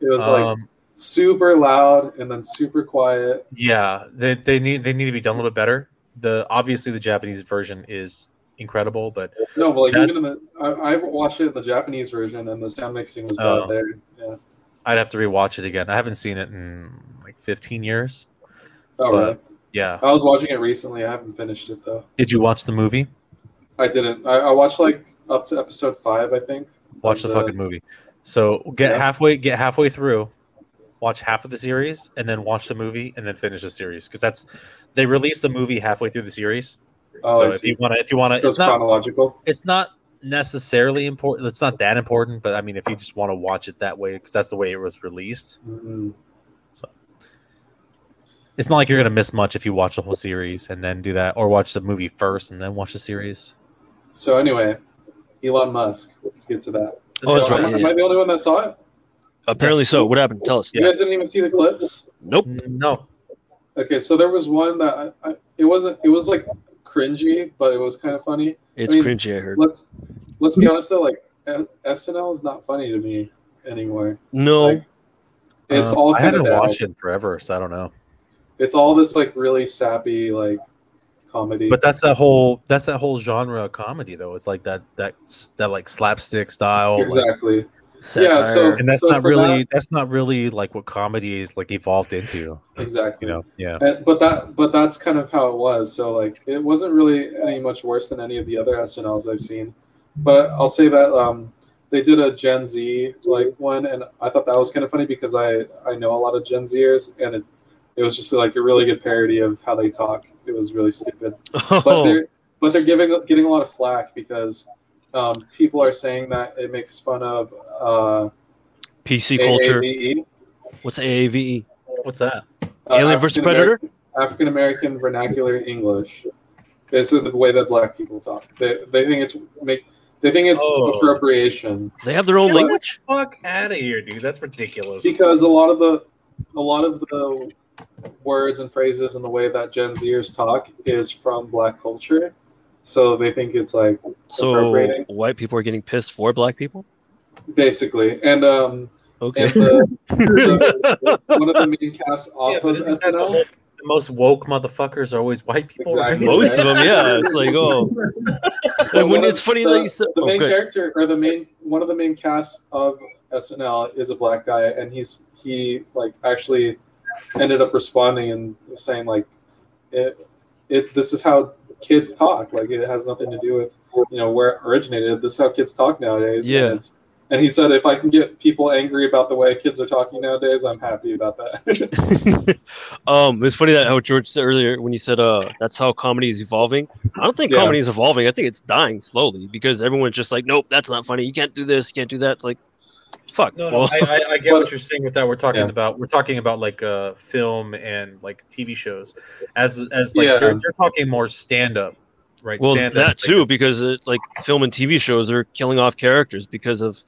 Speaker 1: It was like
Speaker 2: Um,
Speaker 1: super loud and then super quiet.
Speaker 2: Yeah, they, they need they need to be done a little bit better. The obviously the Japanese version is incredible, but
Speaker 1: No, but like
Speaker 2: That's-
Speaker 1: even in the, I, I watched it in the Japanese version and the sound mixing was
Speaker 2: Oh.
Speaker 1: bad there. Yeah.
Speaker 2: I'd have to rewatch it again. I haven't seen it in like 15 years.
Speaker 1: Oh,
Speaker 2: But-
Speaker 1: really?
Speaker 2: Yeah.
Speaker 1: I was watching it recently. I haven't finished it though.
Speaker 2: Did you watch the movie?
Speaker 1: I didn't. I, I watched like up to episode five, I think.
Speaker 2: Watch
Speaker 1: of
Speaker 2: the fucking movie. So get
Speaker 1: Uh, Yeah.
Speaker 2: halfway get halfway through, watch half of the series, and then watch the movie, and then finish the series because that's they release the movie halfway through the series.
Speaker 1: Oh,
Speaker 2: so
Speaker 1: I
Speaker 2: if
Speaker 1: see.
Speaker 2: you want to, if you want to,
Speaker 1: So
Speaker 2: it's
Speaker 1: it's
Speaker 2: not
Speaker 1: chronological.
Speaker 2: it's not necessarily important. It's not that important, but I mean, if you just want to watch it that way, because that's the way it was released.
Speaker 1: Mhm.
Speaker 2: It's not like you're gonna miss much if you watch the whole series and then do that, or watch the movie first and then watch the series.
Speaker 1: So anyway, Elon Musk. Let's get to that.
Speaker 3: Oh, that's
Speaker 1: So
Speaker 3: right,
Speaker 1: Am, I-
Speaker 3: yeah.
Speaker 1: am I the only one that saw it?
Speaker 3: apparently so. What happened? Tell us.
Speaker 1: You guys didn't even see the clips.
Speaker 3: Nope.
Speaker 2: Mm, No,
Speaker 1: Okay, so there was one that I, I, it wasn't. It was like cringy, but it was kind of funny.
Speaker 3: It's
Speaker 1: I mean,
Speaker 3: cringy. I heard.
Speaker 1: Let's let's be honest though. Like S- SNL is not funny to me anymore.
Speaker 3: No.
Speaker 1: Like, It's
Speaker 2: Um,
Speaker 1: all
Speaker 2: I
Speaker 1: kind of
Speaker 2: haven't
Speaker 1: bad.
Speaker 2: watched it in forever, so I don't know.
Speaker 1: It's all this like really sappy like comedy.
Speaker 2: But that's that whole that's that whole genre of comedy though. It's like that that that like slapstick style, like-
Speaker 1: exactly.
Speaker 3: Satire.
Speaker 1: yeah, so-
Speaker 2: and that's
Speaker 1: So
Speaker 2: not
Speaker 1: for
Speaker 2: really
Speaker 1: that-
Speaker 2: that's not really like what comedy is like evolved into.
Speaker 1: Exactly.
Speaker 2: You know, yeah.
Speaker 1: And- Uh, but that but that's kind of how it was. So like it wasn't really any much worse than any of the other SNLs I've seen. But I'll say that um, they did a Gen Z like one, and I thought that was kind of funny because I I know a lot of Gen Zers, and it it was just like a really good parody of how they talk. It was really stupid, but
Speaker 3: oh,
Speaker 1: they're but they're giving getting a lot of flack because um, people are saying that it makes fun of uh,
Speaker 3: PC culture.
Speaker 1: AAVE,
Speaker 3: What's AAVE?
Speaker 2: What's that?
Speaker 1: uh,
Speaker 3: Alien versus
Speaker 1: African
Speaker 3: Predator.
Speaker 1: African American vernacular English. This is the way that black people talk. They, they think it's make they think it's
Speaker 2: Oh.
Speaker 1: appropriation
Speaker 3: They have their own
Speaker 1: Get the
Speaker 3: language.
Speaker 2: Fuck out of here, dude. That's ridiculous.
Speaker 1: because a lot of the a lot of the words and phrases and the way that Gen Zers talk is from black culture. So they think it's like
Speaker 3: So
Speaker 1: appropriating.
Speaker 3: white people are getting pissed for black people.
Speaker 1: basically and um
Speaker 3: Okay.
Speaker 1: and the, the- one of the main cast off
Speaker 2: Yeah,
Speaker 1: of
Speaker 2: but isn't that the,
Speaker 1: SNL.
Speaker 2: whole- the most woke motherfuckers are always white people? right?
Speaker 1: Exactly.
Speaker 3: Most of them, yeah. It's like, oh, and when
Speaker 1: one
Speaker 3: it's
Speaker 1: of
Speaker 3: funny
Speaker 1: the-
Speaker 3: that you said,
Speaker 1: the
Speaker 3: oh,
Speaker 1: main
Speaker 3: good.
Speaker 1: character or the main one of the main casts of SNL is a black guy, and he's he like actually ended up responding and saying like, it, it this is how kids talk. Like it has nothing to do with you know where it originated. This is how kids talk nowadays.
Speaker 3: Yeah.
Speaker 1: And, it's- and he said, if I can get people angry about the way kids are talking nowadays, I'm happy about that.
Speaker 3: um, it's funny that how George said earlier when you said, uh, that's how comedy is evolving. I don't think
Speaker 1: Yeah.
Speaker 3: comedy is evolving. I think it's dying slowly because everyone's just like, nope, that's not funny. You can't do this. You can't do that. It's like, fuck.
Speaker 2: No, no,
Speaker 3: well,
Speaker 2: I, I, I get what you're saying with that. We're talking
Speaker 1: Yeah.
Speaker 2: about we're talking about like uh, film and like TV shows, as as like
Speaker 1: Yeah.
Speaker 2: you're, you're talking more stand up, right?
Speaker 3: well
Speaker 2: stand
Speaker 3: that too because it, like film and TV shows are killing off characters because of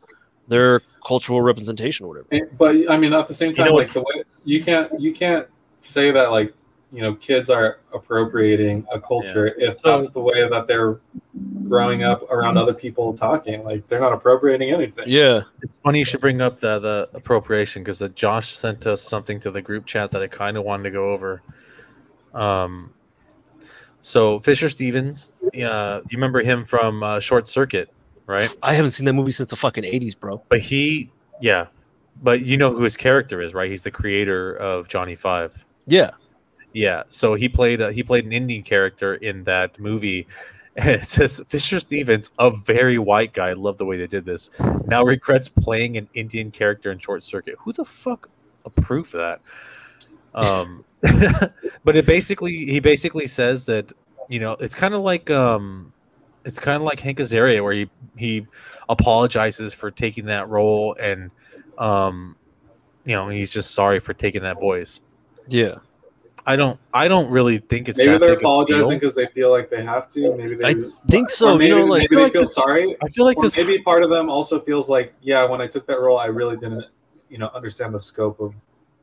Speaker 3: their cultural representation or whatever.
Speaker 1: And- but I mean, at the same time,
Speaker 2: know
Speaker 1: like
Speaker 2: what's-
Speaker 1: the way you can't you can't say that like you know kids are appropriating a culture if
Speaker 2: So-
Speaker 1: that's the way that they're growing up around other people talking. Like they're not appropriating anything.
Speaker 3: Yeah.
Speaker 2: It's funny you should bring up the the appropriation because that Josh sent us something to the group chat that I kind of wanted to go over. Um, so Fisher Stevens, uh, you remember him from uh, Short Circuit, right?
Speaker 3: I haven't seen that movie since the fucking 80s, bro.
Speaker 2: But he, yeah, but you know who his character is, right? He's the creator of Johnny Five.
Speaker 3: Yeah.
Speaker 2: Yeah, so he played uh, he played an Indian character in that movie. And it says Fisher Stevens, a very white guy. I love the way they did this. Now regrets playing an Indian character in Short Circuit. Who the fuck approved that? Um, but it basically he basically says that you know it's kind of like um it's kind of like Hank Azaria, where he he apologizes for taking that role, and um, you know, he's just sorry for taking that voice.
Speaker 3: Yeah.
Speaker 2: I don't I don't really think it's
Speaker 1: Maybe
Speaker 2: that
Speaker 1: they're
Speaker 2: big of a
Speaker 1: apologizing
Speaker 2: deal.
Speaker 1: because they feel like they have to. Maybe they.
Speaker 3: I think
Speaker 1: or
Speaker 3: so.
Speaker 1: maybe,
Speaker 3: you know, like
Speaker 1: maybe
Speaker 2: I feel
Speaker 1: they
Speaker 2: like
Speaker 1: feel
Speaker 2: this-
Speaker 1: sorry.
Speaker 2: I feel like
Speaker 1: or
Speaker 2: this
Speaker 1: maybe part of them also feels like, yeah, when I took that role, I really didn't, you know, understand the scope of,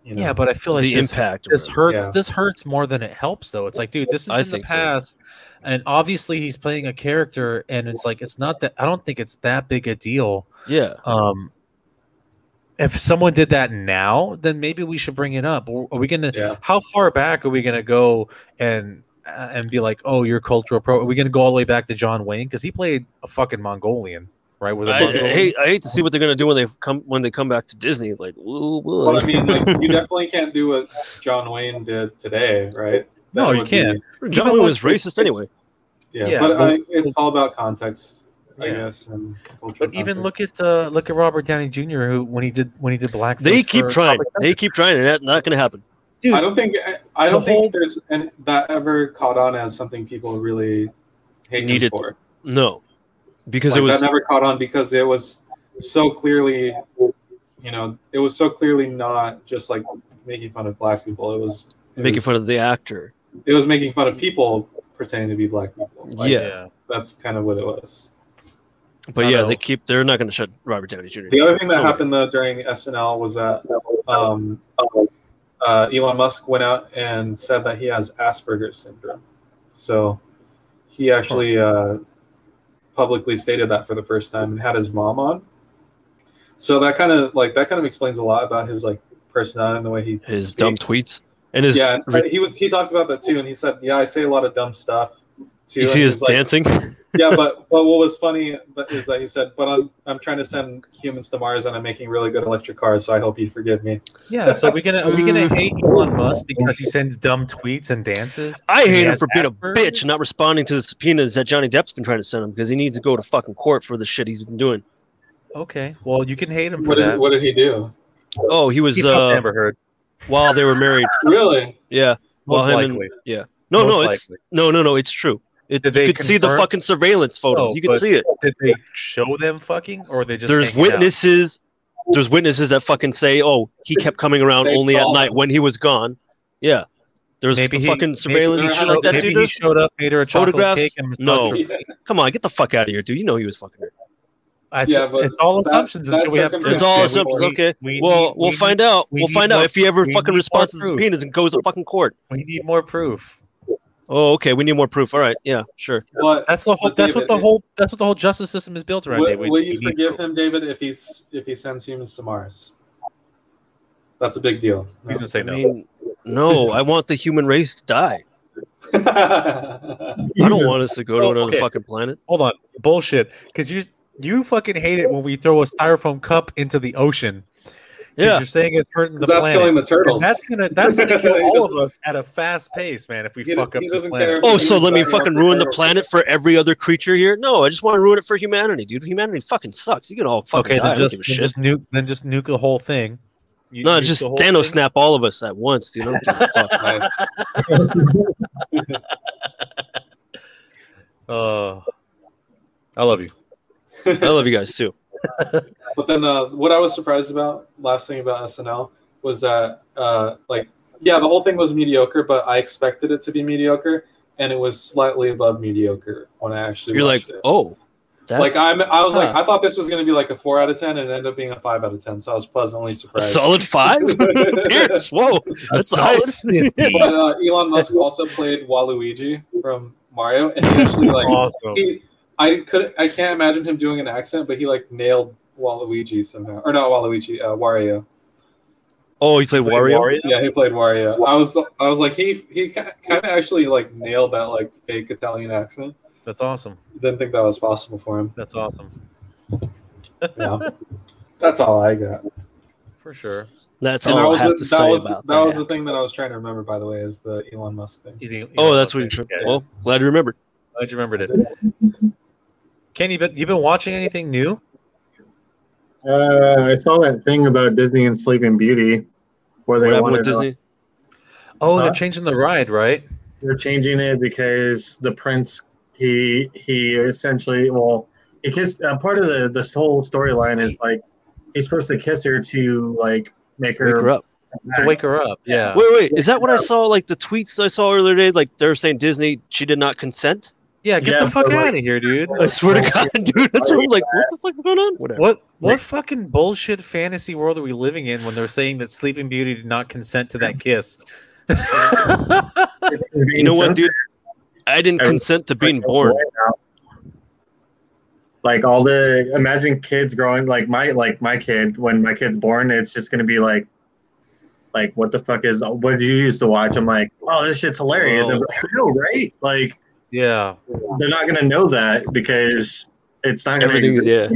Speaker 1: you know.
Speaker 2: Yeah, but I feel like
Speaker 3: the
Speaker 2: this,
Speaker 3: impact.
Speaker 2: this
Speaker 3: or
Speaker 2: hurts
Speaker 1: Yeah.
Speaker 2: this hurts more than it helps though. It's like, dude, this is
Speaker 3: I
Speaker 2: in the
Speaker 3: think so.
Speaker 2: past and obviously he's playing a character and it's like it's not that I don't think it's that big a deal.
Speaker 3: whatever. yeah.
Speaker 2: Um if someone did that now, then maybe we should bring it up. Or Are we gonna?
Speaker 1: Yeah.
Speaker 2: How far back are we gonna go and uh, and be like, oh, you're cultural pro? Are we gonna go all the way back to John Wayne because he played a fucking Mongolian, right? Was it
Speaker 3: I, I
Speaker 2: Mongolian?
Speaker 3: hate I hate to see what they're gonna do when they come when they come back to Disney. Like, woo, woo.
Speaker 1: Well, I mean, like, you definitely can't do what John Wayne did today, right?
Speaker 2: No, you
Speaker 1: would
Speaker 2: can't.
Speaker 1: be-
Speaker 3: John
Speaker 2: Even
Speaker 3: Wayne
Speaker 2: though
Speaker 3: was
Speaker 2: it's-
Speaker 3: racist
Speaker 2: it's-
Speaker 3: anyway.
Speaker 1: yeah,
Speaker 2: Yeah,
Speaker 1: but
Speaker 2: but-
Speaker 1: I, it's all about context, I
Speaker 2: Yeah.
Speaker 1: guess. And cultural
Speaker 2: But even
Speaker 1: context.
Speaker 2: look at uh, look at Robert Downey Jr. who when he did when he did blackface.
Speaker 3: They keep
Speaker 2: for
Speaker 3: trying.
Speaker 2: Tropic Thunder.
Speaker 3: They keep trying, and that's not gonna happen.
Speaker 2: dude,
Speaker 1: I don't think I don't
Speaker 2: the
Speaker 1: think
Speaker 2: whole-
Speaker 1: there's and that ever caught on as something people really hated
Speaker 3: Needed.
Speaker 1: for.
Speaker 3: No, because
Speaker 1: Like,
Speaker 3: it was
Speaker 1: that never caught on because it was so clearly, you know, it was so clearly not just like making fun of black people. It was it
Speaker 3: making
Speaker 1: was-
Speaker 3: fun of the actor.
Speaker 1: It was making fun of people pretending to be black people. Like,
Speaker 3: yeah.
Speaker 1: that's kind of what it was.
Speaker 3: But
Speaker 2: I
Speaker 3: yeah,
Speaker 2: know.
Speaker 3: they keep. They're not gonna shut Robert Downey Jr.
Speaker 1: The other thing that
Speaker 3: No way.
Speaker 1: happened though during SNL was that um, uh, Elon Musk went out and said that he has Asperger's syndrome. So he actually uh, publicly stated that for the first time and had his mom on. So that kind of like that kind of explains a lot about his like personality and the way he
Speaker 3: His dumb
Speaker 1: speaks.
Speaker 3: tweets and his.
Speaker 1: Yeah, and he was he talked about that too, and he said, "Yeah, I say a lot of dumb stuff." Too.
Speaker 3: you
Speaker 1: And
Speaker 3: see
Speaker 1: he
Speaker 3: his
Speaker 1: was like,
Speaker 3: dancing.
Speaker 1: yeah, but but what was funny is that he said, "But I'm I'm trying to send humans to Mars, and I'm making really good electric cars, so I hope you forgive me."
Speaker 2: yeah. So are we gonna are we
Speaker 3: Mm.
Speaker 2: gonna hate Elon Musk because he sends dumb tweets and dances?
Speaker 3: I
Speaker 2: And he
Speaker 3: hate him
Speaker 2: has
Speaker 3: for being
Speaker 2: Asperger's?
Speaker 3: a bitch and not responding to the subpoenas that Johnny Depp's been trying to send him because he needs to go to fucking court for the shit he's been doing.
Speaker 2: Okay, well you can hate him for
Speaker 1: What did,
Speaker 2: that.
Speaker 1: what did he do?
Speaker 3: Oh, he was
Speaker 2: he fucked
Speaker 3: uh,
Speaker 2: Amber Heard
Speaker 3: while they were married.
Speaker 1: Really?
Speaker 3: Yeah.
Speaker 2: most
Speaker 3: well, him and-
Speaker 2: likely.
Speaker 3: Yeah. No,
Speaker 2: Most
Speaker 3: no, it's
Speaker 2: likely.
Speaker 3: no, no, no. It's true. It, you
Speaker 2: Did they
Speaker 3: could see the
Speaker 2: confirm-
Speaker 3: fucking surveillance photos.
Speaker 2: No,
Speaker 3: you could
Speaker 2: but
Speaker 3: see it.
Speaker 2: Did they show them fucking or they just
Speaker 3: There's
Speaker 2: hanging out?
Speaker 3: witnesses. There's witnesses that fucking say, "Oh, he kept coming around
Speaker 1: They
Speaker 3: only at
Speaker 1: saw
Speaker 3: night when he was gone." Yeah. There's
Speaker 2: Maybe
Speaker 3: the
Speaker 2: he-
Speaker 3: fucking
Speaker 2: maybe
Speaker 3: surveillance
Speaker 2: he
Speaker 3: and shit
Speaker 2: showed,
Speaker 3: like that,
Speaker 2: maybe
Speaker 3: dude.
Speaker 2: he
Speaker 3: does.
Speaker 2: showed up, made her a chocolate
Speaker 3: Photographs?
Speaker 2: cake, and massaged
Speaker 3: No.
Speaker 2: her
Speaker 1: Yeah,
Speaker 2: feet.
Speaker 3: Come on, get the fuck out of here, dude. You know he was fucking there.
Speaker 2: It's,
Speaker 1: Yeah, but
Speaker 2: it's all
Speaker 1: that-
Speaker 2: assumptions
Speaker 1: that
Speaker 2: until we have.
Speaker 1: circumstance-
Speaker 3: It's all
Speaker 1: Yeah, we-
Speaker 3: assumptions.
Speaker 2: we-
Speaker 3: Okay.
Speaker 2: we
Speaker 3: well,
Speaker 2: need-
Speaker 3: we'll
Speaker 2: we
Speaker 3: find out.
Speaker 2: we
Speaker 3: We'll
Speaker 2: need
Speaker 3: find out
Speaker 2: more-
Speaker 3: if he ever
Speaker 2: we
Speaker 3: fucking
Speaker 2: need
Speaker 3: responds to
Speaker 2: more
Speaker 3: the
Speaker 2: proof.
Speaker 3: subpoenas and goes to fucking court.
Speaker 2: We need more proof.
Speaker 3: Oh, okay. We need more proof. All right. Yeah. Sure.
Speaker 1: But
Speaker 2: That's the whole.
Speaker 1: But
Speaker 2: That's
Speaker 1: David,
Speaker 2: what the
Speaker 1: it-
Speaker 2: whole. That's what the whole justice system is built around.
Speaker 1: will,
Speaker 2: David.
Speaker 1: will
Speaker 2: We
Speaker 1: you
Speaker 2: need
Speaker 1: forgive
Speaker 2: proof.
Speaker 1: him, David, if he's if he sends humans to Mars? That's a big deal.
Speaker 2: He's gonna say
Speaker 3: I
Speaker 2: no.
Speaker 3: mean, no. I want the human race to die. I don't want us to go to
Speaker 2: Oh,
Speaker 3: another
Speaker 2: okay.
Speaker 3: fucking planet.
Speaker 2: Hold on, bullshit. Because you you fucking hate it when we throw a styrofoam cup into the ocean. 'Cause
Speaker 3: Yeah.
Speaker 2: you're saying it's hurting the
Speaker 1: Because that's
Speaker 2: planet.
Speaker 1: killing the
Speaker 2: And
Speaker 1: turtles.
Speaker 2: that's gonna that's gonna kill
Speaker 1: He
Speaker 2: all of
Speaker 1: doesn't-
Speaker 2: us at a fast pace, man. If we
Speaker 1: He-
Speaker 2: fuck up
Speaker 1: he
Speaker 2: this
Speaker 1: doesn't care if-
Speaker 2: planet.
Speaker 3: Oh, so let me
Speaker 1: Exactly.
Speaker 3: fucking ruin the planet for every other creature here? No, I just want to ruin it for humanity, dude. Humanity fucking sucks. You can all fucking
Speaker 2: okay,
Speaker 3: die. I
Speaker 2: then
Speaker 3: don't
Speaker 2: just,
Speaker 3: give
Speaker 2: then
Speaker 3: a shit.
Speaker 2: just nuke then just nuke the whole thing. You-
Speaker 3: no,
Speaker 2: nuke
Speaker 3: just
Speaker 2: the whole
Speaker 3: Thanos
Speaker 2: thing.
Speaker 3: snap all of us at once, dude. I don't give a fuck.
Speaker 1: nice.
Speaker 2: Oh, I love you.
Speaker 3: I love you guys too.
Speaker 1: But then, uh, what I was surprised about, last thing about SNL, was that, uh, like, yeah, the whole thing was mediocre, but I expected it to be mediocre, and it was slightly above mediocre when I actually
Speaker 3: You're like,
Speaker 1: watched it.
Speaker 3: oh, that's
Speaker 1: like I'm, I was like,
Speaker 2: huh.
Speaker 1: I thought this was gonna be like a four out of ten, and it ended up being a five out of ten. So I was pleasantly
Speaker 3: a
Speaker 1: surprised.
Speaker 3: solid five. Pierce, whoa, that's solid.
Speaker 1: but uh, Elon Musk also played Waluigi from Mario, and he actually like
Speaker 2: Awesome.
Speaker 1: he, I could, I can't imagine him doing an accent, but he like nailed Waluigi somehow, or not Waluigi, uh, Wario.
Speaker 3: Oh, you played Wario.
Speaker 1: Yeah, he played Wario. I was I was like he he kind of actually like nailed that like fake Italian accent.
Speaker 2: That's awesome.
Speaker 1: Didn't think that was possible for him.
Speaker 2: That's awesome.
Speaker 1: Yeah. That's all I got.
Speaker 2: For sure.
Speaker 3: That's
Speaker 1: And
Speaker 3: all
Speaker 1: that
Speaker 3: I
Speaker 1: was
Speaker 3: have
Speaker 1: the,
Speaker 3: to
Speaker 1: that
Speaker 3: say
Speaker 1: was that,
Speaker 3: about that.
Speaker 1: was the thing that I was trying to remember by the way is the Elon Musk thing.
Speaker 2: He's- he
Speaker 3: oh,
Speaker 2: knows
Speaker 3: that's
Speaker 2: what
Speaker 3: what you.
Speaker 2: I'm saying.
Speaker 3: Well, glad you remembered.
Speaker 2: Glad you remembered it. Ken, you been you been watching anything new?
Speaker 5: Uh, I saw that thing about Disney and Sleeping Beauty,
Speaker 3: What
Speaker 5: where they
Speaker 3: happened
Speaker 5: wanted
Speaker 3: with
Speaker 5: to-
Speaker 3: Disney?
Speaker 2: Oh, they're
Speaker 5: Huh?
Speaker 2: changing the ride, right?
Speaker 5: they're changing it because the prince he he essentially well he kissed uh, part of the this whole storyline is like he's supposed to kiss her to like make
Speaker 3: Wake
Speaker 5: her,
Speaker 3: her up.
Speaker 2: to wake her up. Yeah.
Speaker 3: Wait, wait. Is that what I saw? Like the tweets I saw earlier today, like they're saying Disney, she did not consent.
Speaker 2: Yeah, get
Speaker 5: Yeah,
Speaker 2: the fuck
Speaker 5: but, like-
Speaker 2: out of here, dude.
Speaker 3: I swear to God, dude. That's what I'm like, what the fuck's going on? Whatever.
Speaker 2: What what fucking bullshit fantasy world are we living in when they're saying that Sleeping Beauty did not consent to that kiss?
Speaker 3: You know what,
Speaker 5: Since
Speaker 3: dude? I didn't
Speaker 5: I was-
Speaker 3: consent to being
Speaker 5: like,
Speaker 3: born.
Speaker 5: Like all the imagine kids growing like my like my kid when my kid's born, it's just gonna be like, like what the fuck is what do you used to watch? I'm like, oh, this shit's hilarious.
Speaker 3: Whoa.
Speaker 5: I'm like, I know, right? Like
Speaker 2: yeah,
Speaker 5: they're not gonna know that because it's not gonna
Speaker 3: Everything's yeah.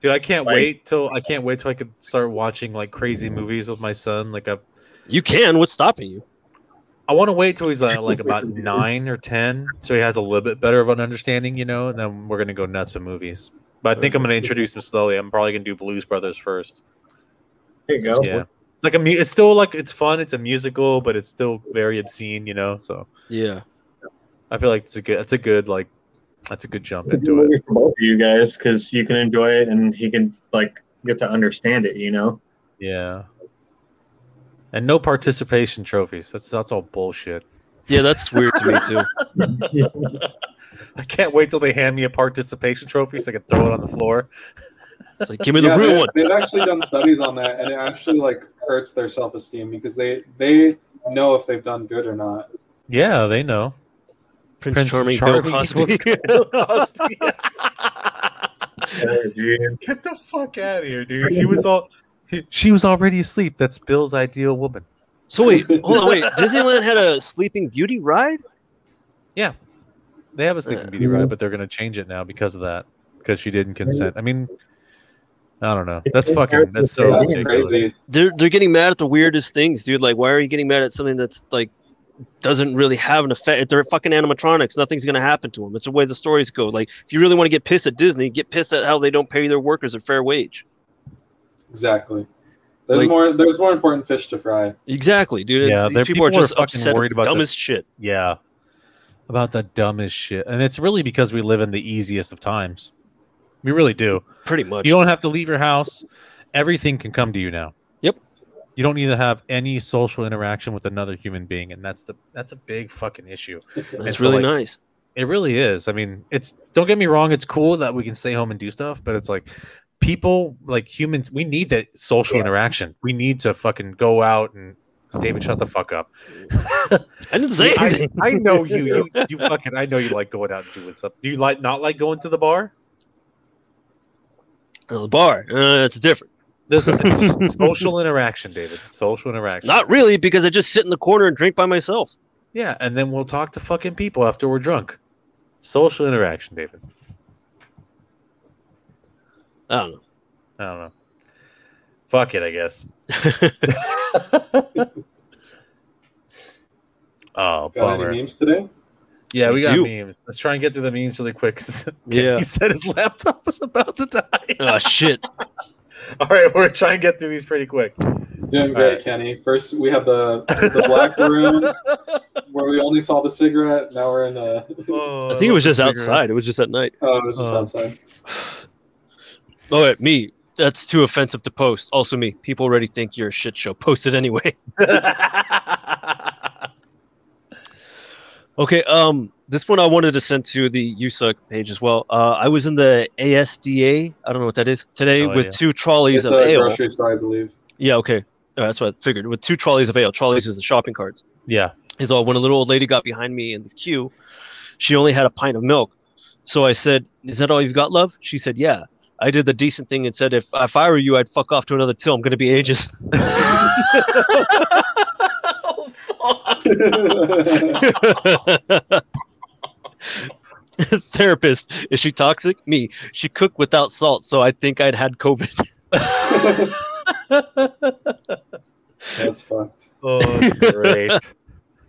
Speaker 2: dude, I can't
Speaker 5: Like-
Speaker 2: wait till I can't wait till I could start watching like crazy movies with my son. Like I,
Speaker 3: You can. What's stopping you?
Speaker 2: I want to wait till he's uh, like about nine or ten, so he has a little bit better of an understanding, you know. And then we're gonna go nuts with movies. But I think I'm gonna introduce him slowly. I'm probably gonna do Blues Brothers first.
Speaker 5: There you go.
Speaker 2: Yeah, it's like a mu- it's still like it's fun. It's a musical, but it's still very obscene, you know. So.
Speaker 3: Yeah.
Speaker 2: I feel like it's a good. That's a good like. That's a good jump
Speaker 5: It's a
Speaker 2: into it.
Speaker 5: movie for both of you guys because you can enjoy it and he can like get to understand it. You know.
Speaker 2: Yeah. And no participation trophies. That's that's all bullshit.
Speaker 3: Yeah, that's weird to me too.
Speaker 2: I can't wait till they hand me a participation trophy so I can throw it on the floor.
Speaker 3: It's like, give me the
Speaker 1: Yeah,
Speaker 3: real
Speaker 1: they-
Speaker 3: one.
Speaker 1: They've actually done studies on that, and it actually like hurts their self esteem because they they know if they've done good or not.
Speaker 2: Yeah, they know.
Speaker 3: Prince,
Speaker 2: Prince
Speaker 3: Charming,
Speaker 2: Charming
Speaker 3: Bill Cosby.
Speaker 2: was
Speaker 5: Oh, dude.
Speaker 2: Get the fuck out of here, dude. She was all. he- She was already asleep. That's Bill's ideal woman.
Speaker 3: so wait, hold on, wait. Disneyland had a Sleeping Beauty ride.
Speaker 2: They have a Sleeping Beauty ride, but they're gonna change it now because of that. Because she didn't consent. I mean, I don't know. That's fucking. That's
Speaker 3: Oh,
Speaker 2: so
Speaker 1: That's
Speaker 2: ridiculous.
Speaker 1: crazy.
Speaker 3: They're they're getting mad at the weirdest things, dude. Like, why are you getting mad at something that's like doesn't really have an effect? They're fucking animatronics. Nothing's gonna happen to them. It's the way the stories go. Like, if you really want to get pissed at Disney, get pissed at how they don't pay their workers a fair wage.
Speaker 1: Exactly. There's
Speaker 3: Like-
Speaker 1: more. There's more important fish to fry.
Speaker 3: Exactly, dude.
Speaker 2: Yeah,
Speaker 3: These
Speaker 2: their
Speaker 3: people are
Speaker 2: people are
Speaker 3: just
Speaker 2: fucking
Speaker 3: upset
Speaker 2: worried
Speaker 3: at the
Speaker 2: about the-
Speaker 3: dumbest shit.
Speaker 2: Yeah. About the dumbest shit. And it's really because we live in the easiest of times. We really do.
Speaker 3: Pretty much.
Speaker 2: You don't have to leave your house. Everything can come to you now.
Speaker 3: Yep.
Speaker 2: You don't need to have any social interaction with another human being, and that's the that's a big fucking issue.
Speaker 3: That's
Speaker 2: so,
Speaker 3: really
Speaker 2: like,
Speaker 3: nice.
Speaker 2: It really is. I mean, it's don't get me wrong, it's cool that we can stay home and do stuff, but it's like people like humans, we need that social interaction. We need to fucking go out and David, shut the fuck up.
Speaker 3: I didn't say anything.
Speaker 2: I, I know you. You you fucking. I know you like going out and doing stuff. Do you like not like going to the bar?
Speaker 3: Oh, the bar. Uh, it's different.
Speaker 2: This is social interaction, David. Social interaction.
Speaker 3: Not really, because I just sit in the corner and drink by myself.
Speaker 2: yeah, and then we'll talk to fucking people after we're drunk. Social interaction, David.
Speaker 3: I don't know.
Speaker 2: I don't know. Fuck it, I guess. oh,
Speaker 1: Got any
Speaker 2: bummer.
Speaker 1: memes today?
Speaker 2: Yeah, we
Speaker 3: We
Speaker 2: got
Speaker 3: do.
Speaker 2: memes. Let's try and get through the memes really quick.
Speaker 3: Yeah.
Speaker 2: he said his laptop was about to die.
Speaker 3: Oh shit.
Speaker 2: All right, we're trying to get through these pretty quick.
Speaker 1: Doing
Speaker 2: All
Speaker 1: great,
Speaker 2: right.
Speaker 1: Kenny. First, we had the the black room where we only saw the cigarette. Now we're in a.
Speaker 3: I
Speaker 2: Oh,
Speaker 3: think it was just
Speaker 2: cigarette.
Speaker 3: outside. It was just at night.
Speaker 1: Oh, it was just
Speaker 2: Oh.
Speaker 1: outside.
Speaker 3: Oh, wait, me. That's too offensive to post. Also, me. People already think you're a shit show. Post it anyway. Okay. Um, this one I wanted to send to the USUC page as well. Uh, I was in the ASDA. I don't know what that is today
Speaker 2: No
Speaker 3: with
Speaker 2: idea.
Speaker 3: two trolleys
Speaker 1: It's
Speaker 3: of
Speaker 1: a
Speaker 3: ale.
Speaker 1: grocery store, I believe.
Speaker 3: Yeah. Okay. Uh, that's what I figured. With two trolleys of ale. Trolleys is the shopping carts.
Speaker 2: yeah.
Speaker 3: is all when a little old lady got behind me in the queue, she only had a pint of milk. So I said, Is that all you've got, love? She said, Yeah. I did the decent thing and said, If, if I were you, I'd fuck off to another till. I'm going to be ages. Therapist, is she toxic? Me. She cooked without salt, so I think I'd had COVID.
Speaker 1: That's fucked.
Speaker 2: Oh, great.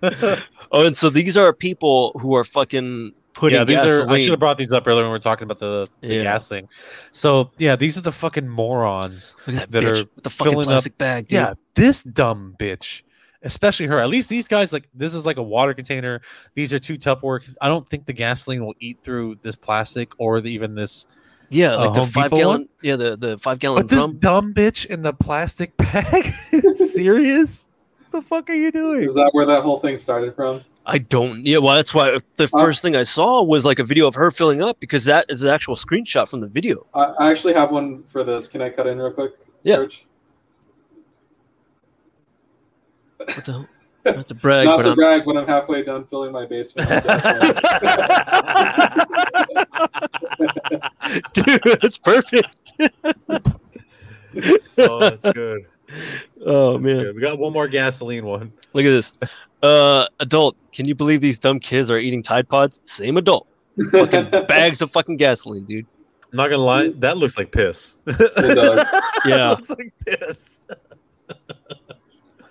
Speaker 3: Oh, and so these are people who are fucking putting
Speaker 2: yeah, these are. I
Speaker 3: gasoline-
Speaker 2: should have brought these up earlier when we were talking about the, the
Speaker 3: Yeah.
Speaker 2: gas thing. So yeah, these are the fucking morons.
Speaker 3: Look at that,
Speaker 2: that
Speaker 3: bitch
Speaker 2: are
Speaker 3: with the fucking
Speaker 2: filling up-
Speaker 3: plastic bag, dude.
Speaker 2: Yeah, this dumb bitch. especially her. At least these guys, like this is like a water container. These are two Tupperware. con- I don't think the gasoline will eat through this plastic or the, even this.
Speaker 3: Yeah,
Speaker 2: A
Speaker 3: like the
Speaker 2: Home
Speaker 3: five
Speaker 2: Depot
Speaker 3: gallon. Yeah, the, the five gallon
Speaker 2: But this
Speaker 3: drum.
Speaker 2: dumb bitch in the plastic bag. Serious? the fuck are you doing?
Speaker 1: Is that where that whole thing started from?
Speaker 3: I don't. Yeah, well, that's why the
Speaker 1: Uh,
Speaker 3: first thing I saw was like a video of her filling up because that is the actual screenshot from the video.
Speaker 1: I, I actually have one for this. Can I cut in real quick?
Speaker 3: Yeah.
Speaker 1: George?
Speaker 3: What the hell? Not to brag,
Speaker 1: Not
Speaker 3: but
Speaker 1: to
Speaker 3: I'm,
Speaker 1: brag, but I'm halfway done filling my basement. with gasoline.
Speaker 3: dude, that's perfect.
Speaker 2: oh, that's good.
Speaker 3: Oh
Speaker 2: That's
Speaker 3: man,
Speaker 2: good. We got one more gasoline one.
Speaker 3: look at this. Uh, adult, can you believe these dumb kids are eating Tide Pods? Same adult, fucking bags of fucking gasoline, dude.
Speaker 2: I'm not gonna lie, that looks like piss. It
Speaker 1: does.
Speaker 3: Yeah.
Speaker 2: looks like piss.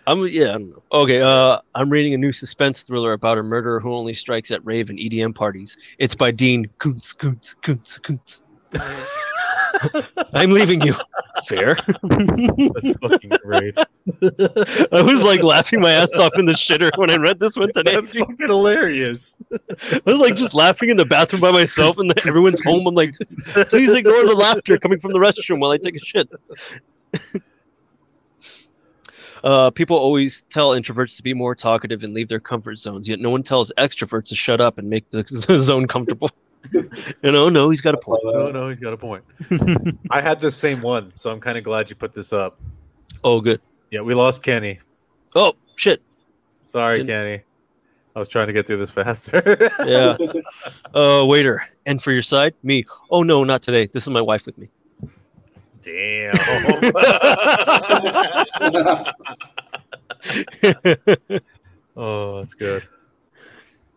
Speaker 3: I'm yeah, I don't know. Okay, uh, I'm reading a new suspense thriller about a murderer who only strikes at rave and EDM parties. It's by Dean Kuntz, Kuntz, Kuntz, Kuntz. I'm leaving you. Fair.
Speaker 2: That's fucking great.
Speaker 3: I was like laughing my ass off in the shitter when I read this one today.
Speaker 2: That's fucking hilarious.
Speaker 3: I was like just laughing in the bathroom by myself, and then everyone's home. I'm like, please ignore the laughter coming from the restroom while I take a shit. Uh, people always tell introverts to be more talkative and leave their comfort zones, yet no one tells extroverts to shut up and make the zone comfortable. you know, no, he's got a point.
Speaker 2: No, no, he's got a point. I had the same one, so I'm kind of glad you put this up.
Speaker 3: Oh, good.
Speaker 2: Yeah, we lost Kenny.
Speaker 3: Oh, shit.
Speaker 2: Sorry,
Speaker 3: Didn't-
Speaker 2: Kenny. I was trying to get through this faster.
Speaker 3: Yeah. Uh, waiter. And for your side, me. Oh, no, not today. This is my wife with me.
Speaker 2: Damn. oh, that's good.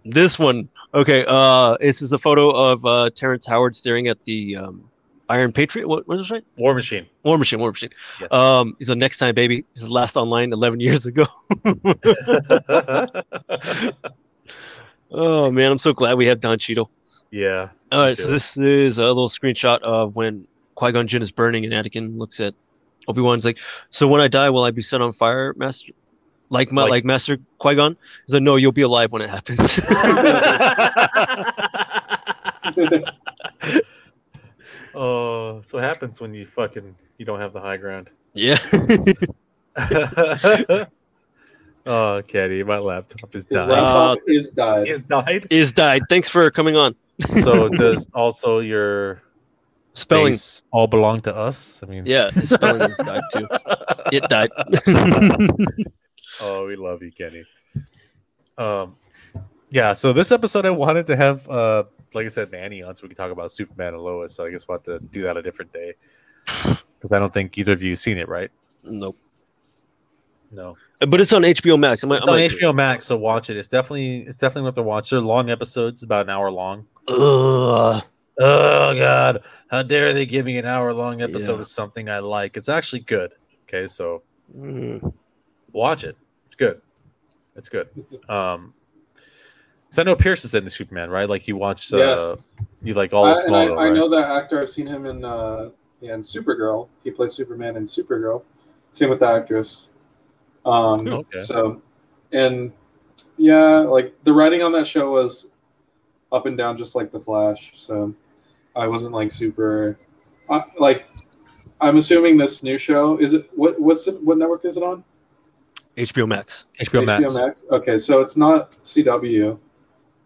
Speaker 3: This one, okay. Uh, this is a photo of uh, Terrence Howard staring at the um, Iron Patriot. What was this right?
Speaker 2: War Machine.
Speaker 3: War Machine. War Machine.
Speaker 2: Yeah.
Speaker 3: Um, he's on next time, baby. His last online eleven years ago. oh man, I'm so glad we have Don Cheadle.
Speaker 2: yeah.
Speaker 3: All right, so
Speaker 2: too.
Speaker 3: this is a little screenshot of when Qui Gon Jinn is burning, and Anakin looks at Obi Wan's like, "So when I die, will I be set on fire, Master? Like my
Speaker 2: Like-
Speaker 3: like, Master Qui Gon?" He's like, "No, you'll be alive when it happens."
Speaker 2: oh, so it happens when you fucking you don't have the high ground.
Speaker 3: yeah.
Speaker 2: oh, Kenny, my laptop is
Speaker 1: His
Speaker 2: dying.
Speaker 1: laptop is died.
Speaker 2: It's died.
Speaker 3: is died. Thanks for coming on.
Speaker 2: So does also your
Speaker 3: Spelling.
Speaker 2: base all belong to us? I mean,
Speaker 3: Yeah, spelling is died too. It died.
Speaker 2: Oh, we love you, Kenny. Um, yeah. So this episode, I wanted to have, uh, like I said, Nanny on, so we could talk about Superman and Lois. So I guess we'll have to do that a different day because I don't think either of you seen it, right?
Speaker 3: nope.
Speaker 2: No,
Speaker 3: But it's on HBO Max. I'm,
Speaker 2: it's on HBO Max, so watch it. It's definitely, it's definitely worth a watch. They're long episodes, about an hour long.
Speaker 3: Ugh.
Speaker 2: Oh God, how dare they give me an hour long episode
Speaker 3: Yeah.
Speaker 2: of something I like? It's actually good. Okay, so
Speaker 3: Mm.
Speaker 2: watch it. It's good. It's good. Um, so I know Pierce is in the Superman, right? Like you watched, uh,
Speaker 1: yes.
Speaker 2: you like all the
Speaker 1: I, and I,
Speaker 2: Smallville,
Speaker 1: I
Speaker 2: right?
Speaker 1: know that actor. I've seen him in uh, yeah, in Supergirl. He plays Superman in Supergirl. Same with the actress. Um,
Speaker 2: Oh, okay.
Speaker 1: So, and yeah, like the writing on that show was up and down, just like the Flash. So I wasn't like super, I, like. I'm assuming this new show is it what what's it, what network is it on?
Speaker 3: HBO Max.
Speaker 2: HBO Max.
Speaker 1: Okay, so it's not CW.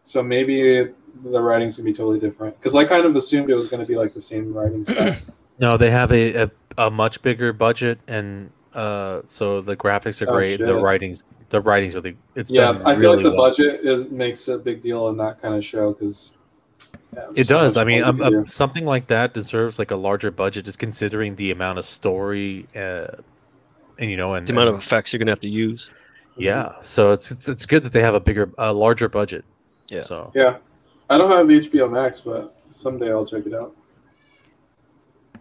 Speaker 1: So maybe the writing's gonna be totally different. Because I kind of assumed it was gonna be like the same writing stuff.
Speaker 2: No, they have a, a, a much bigger budget, and uh, so the graphics are
Speaker 1: Oh,
Speaker 2: great. The
Speaker 1: shit.
Speaker 2: writing's the writing's really it's
Speaker 1: yeah,
Speaker 2: done
Speaker 1: I feel
Speaker 2: really
Speaker 1: like the
Speaker 2: well.
Speaker 1: budget is makes a big deal in that kind of show because
Speaker 2: It does. I mean, um um, something like that deserves like a larger budget, just considering the amount of story, uh, and you know, and
Speaker 3: The amount
Speaker 2: and-
Speaker 3: of effects you're gonna have to use.
Speaker 2: yeah. So it's, it's it's good that they have a bigger, a larger budget.
Speaker 3: Yeah.
Speaker 2: So
Speaker 1: yeah, I don't have HBO Max, but someday I'll check it out.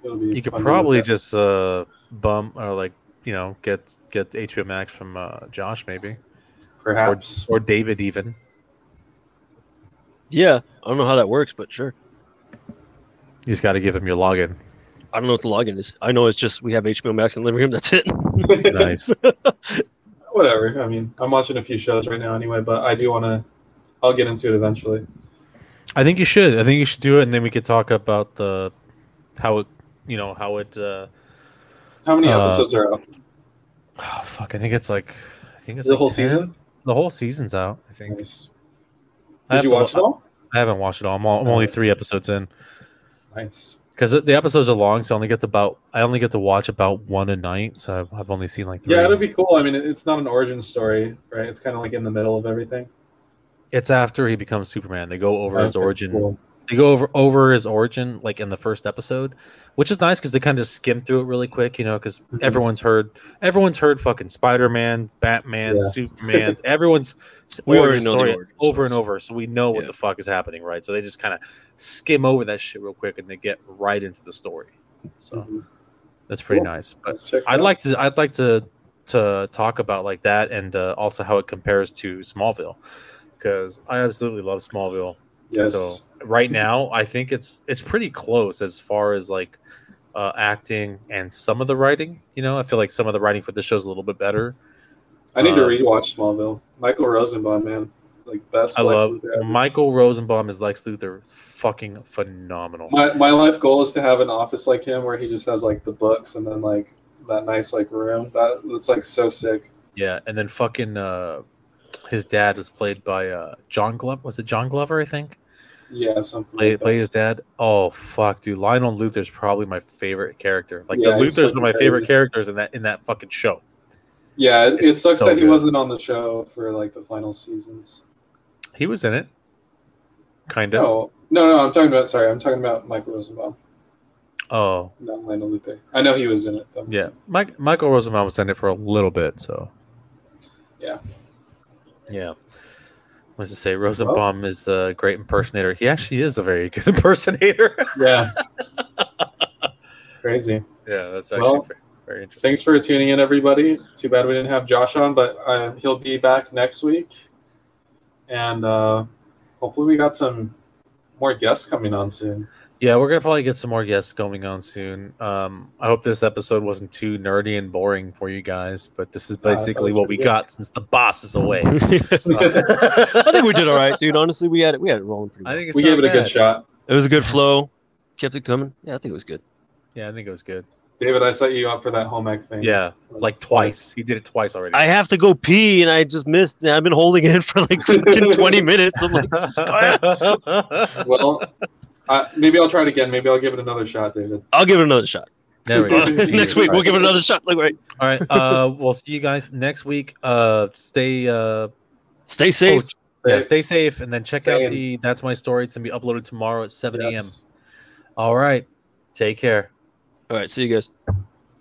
Speaker 1: It'll be.
Speaker 2: you could
Speaker 1: fun to
Speaker 2: probably
Speaker 1: look at.
Speaker 2: just uh bum or like you know get get HBO Max from uh, Josh maybe or,
Speaker 1: perhaps.
Speaker 2: or David even.
Speaker 3: Yeah, I don't know how that works, but sure.
Speaker 2: You just got to give him your login.
Speaker 3: I don't know what the login is. I know it's just we have HBO Max in the living room. That's it.
Speaker 2: Nice.
Speaker 1: whatever. I mean, I'm watching a few shows right now anyway, but I do want to. I'll get into it eventually.
Speaker 2: I think you should. I think you should do it, and then we could talk about the how it, you know, how it. Uh,
Speaker 1: How many
Speaker 2: Uh,
Speaker 1: episodes are out?
Speaker 2: oh fuck! I think it's like, I think it's
Speaker 1: The
Speaker 2: like
Speaker 1: whole
Speaker 2: 10.
Speaker 1: season.
Speaker 2: The whole season's out. I think.
Speaker 1: Nice.
Speaker 2: I
Speaker 1: Did
Speaker 2: have
Speaker 1: you
Speaker 2: to
Speaker 1: watch it
Speaker 2: lo-
Speaker 1: all?
Speaker 2: I haven't watched it all. I'm, all, I'm only three episodes in
Speaker 1: Nice.
Speaker 2: because the episodes are long, so I only get to about I only get to watch about one a night. So I've- I've only seen like three.
Speaker 1: Yeah, it'll be cool. I mean, it- it's not an origin story, right? It's kind of like in the middle of everything.
Speaker 2: It's after he becomes Superman. They go over his
Speaker 1: Okay,
Speaker 2: origin.
Speaker 1: cool.
Speaker 2: They go over over his origin like in the first episode, which is nice because they kind of skim through it really quick, you know, because
Speaker 3: Mm-hmm.
Speaker 1: Mhm.
Speaker 2: everyone's heard everyone's heard fucking Spider Man, Batman,
Speaker 1: Yeah.
Speaker 2: Superman. Everyone's
Speaker 3: We already
Speaker 2: origin
Speaker 3: know the
Speaker 2: story
Speaker 3: origin
Speaker 2: over and
Speaker 3: stories.
Speaker 2: over, so we know what
Speaker 3: Yeah.
Speaker 2: the fuck is happening, right? So they just kind of skim over that shit real quick and they get right into the story. So
Speaker 3: Mm-hmm.
Speaker 1: Mhm.
Speaker 2: that's pretty
Speaker 1: Cool.
Speaker 2: nice. But
Speaker 1: Let's check it
Speaker 2: I'd
Speaker 1: out.
Speaker 2: like to I'd like to to talk about like that and uh, also how it compares to Smallville because I absolutely love Smallville.
Speaker 1: Yes.
Speaker 2: So right now I think it's it's pretty close as far as like uh, acting and some of the writing. You know, I feel like some of the writing for this show is a little bit better.
Speaker 1: I need to
Speaker 2: uh,
Speaker 1: rewatch Smallville. Michael Rosenbaum, man, like best.
Speaker 2: I
Speaker 1: Lex
Speaker 2: love
Speaker 1: Luthor ever.
Speaker 2: Michael Rosenbaum as Lex Luthor, fucking phenomenal.
Speaker 1: My, my life goal is to have an office like him where he just has like the books and then like that nice like room. That that's like so sick.
Speaker 2: Yeah, and then fucking uh, his dad was played by uh, John Glover. Was it John Glover? I think.
Speaker 1: Yeah, something.
Speaker 2: play,
Speaker 1: like that.
Speaker 2: play his dad. Oh fuck, dude! Lionel Luther's probably my favorite character. Like
Speaker 1: Yeah,
Speaker 2: the
Speaker 1: he's
Speaker 2: Luthers are
Speaker 1: fucking
Speaker 2: my favorite
Speaker 1: crazy.
Speaker 2: characters in that in that fucking show.
Speaker 1: Yeah, it, it
Speaker 2: It's
Speaker 1: sucks
Speaker 2: so
Speaker 1: that he
Speaker 2: good.
Speaker 1: wasn't on the show for like the final seasons.
Speaker 2: He was in it, kind of.
Speaker 1: No, Oh, no, no. I'm talking about. Sorry, I'm talking about Michael Rosenbaum,
Speaker 2: Oh
Speaker 1: not Lionel Luthor. I know he was in it. Though.
Speaker 2: yeah, Mike, Michael Rosenbaum was in it for a little bit, so
Speaker 1: Yeah.
Speaker 2: yeah. What's to say? Rosenbaum is a great impersonator. He actually is a very good impersonator.
Speaker 1: Yeah. Crazy.
Speaker 2: yeah, that's actually
Speaker 1: Well,
Speaker 2: very, very interesting.
Speaker 1: Thanks for tuning in, everybody. Too bad we didn't have Josh on, but uh, he'll be back next week. And uh, hopefully, we got some more guests coming on soon.
Speaker 2: Yeah, we're gonna probably get some more guests going on soon. Um, I hope this episode wasn't too nerdy and boring for you guys, but this is
Speaker 1: Ah, that
Speaker 2: basically
Speaker 1: was
Speaker 2: what we
Speaker 1: pretty good.
Speaker 2: got since the boss is away. Uh,
Speaker 3: I think we did all right, dude. Honestly, we had it. We had it rolling pretty well.
Speaker 2: think it's
Speaker 1: we
Speaker 2: not
Speaker 1: gave it a
Speaker 2: bad.
Speaker 1: good shot.
Speaker 3: It was a good flow. Kept it coming. Yeah, I think it was good.
Speaker 2: Yeah, I think it was good.
Speaker 1: David, I set you up for that home ec thing.
Speaker 2: Yeah, like twice. He did it twice already.
Speaker 3: I have to go pee, and I just missed. I've been holding it in for like freaking twenty minutes. I'm like,
Speaker 1: Well, I, maybe I'll try it again. Maybe I'll give it another shot, David.
Speaker 3: I'll give it another shot.
Speaker 2: There we go.
Speaker 3: Next week, we'll give it another shot. Like, right.
Speaker 2: All right. Uh, we'll see you guys next week. Uh, stay. Uh,
Speaker 3: Stay safe.
Speaker 2: oh, yeah, stay safe, and then check out
Speaker 1: Same.
Speaker 2: the. That's my story. It's gonna be uploaded tomorrow at seven a.m.
Speaker 1: Yes.
Speaker 2: All right. Take care.
Speaker 3: All right. See you guys.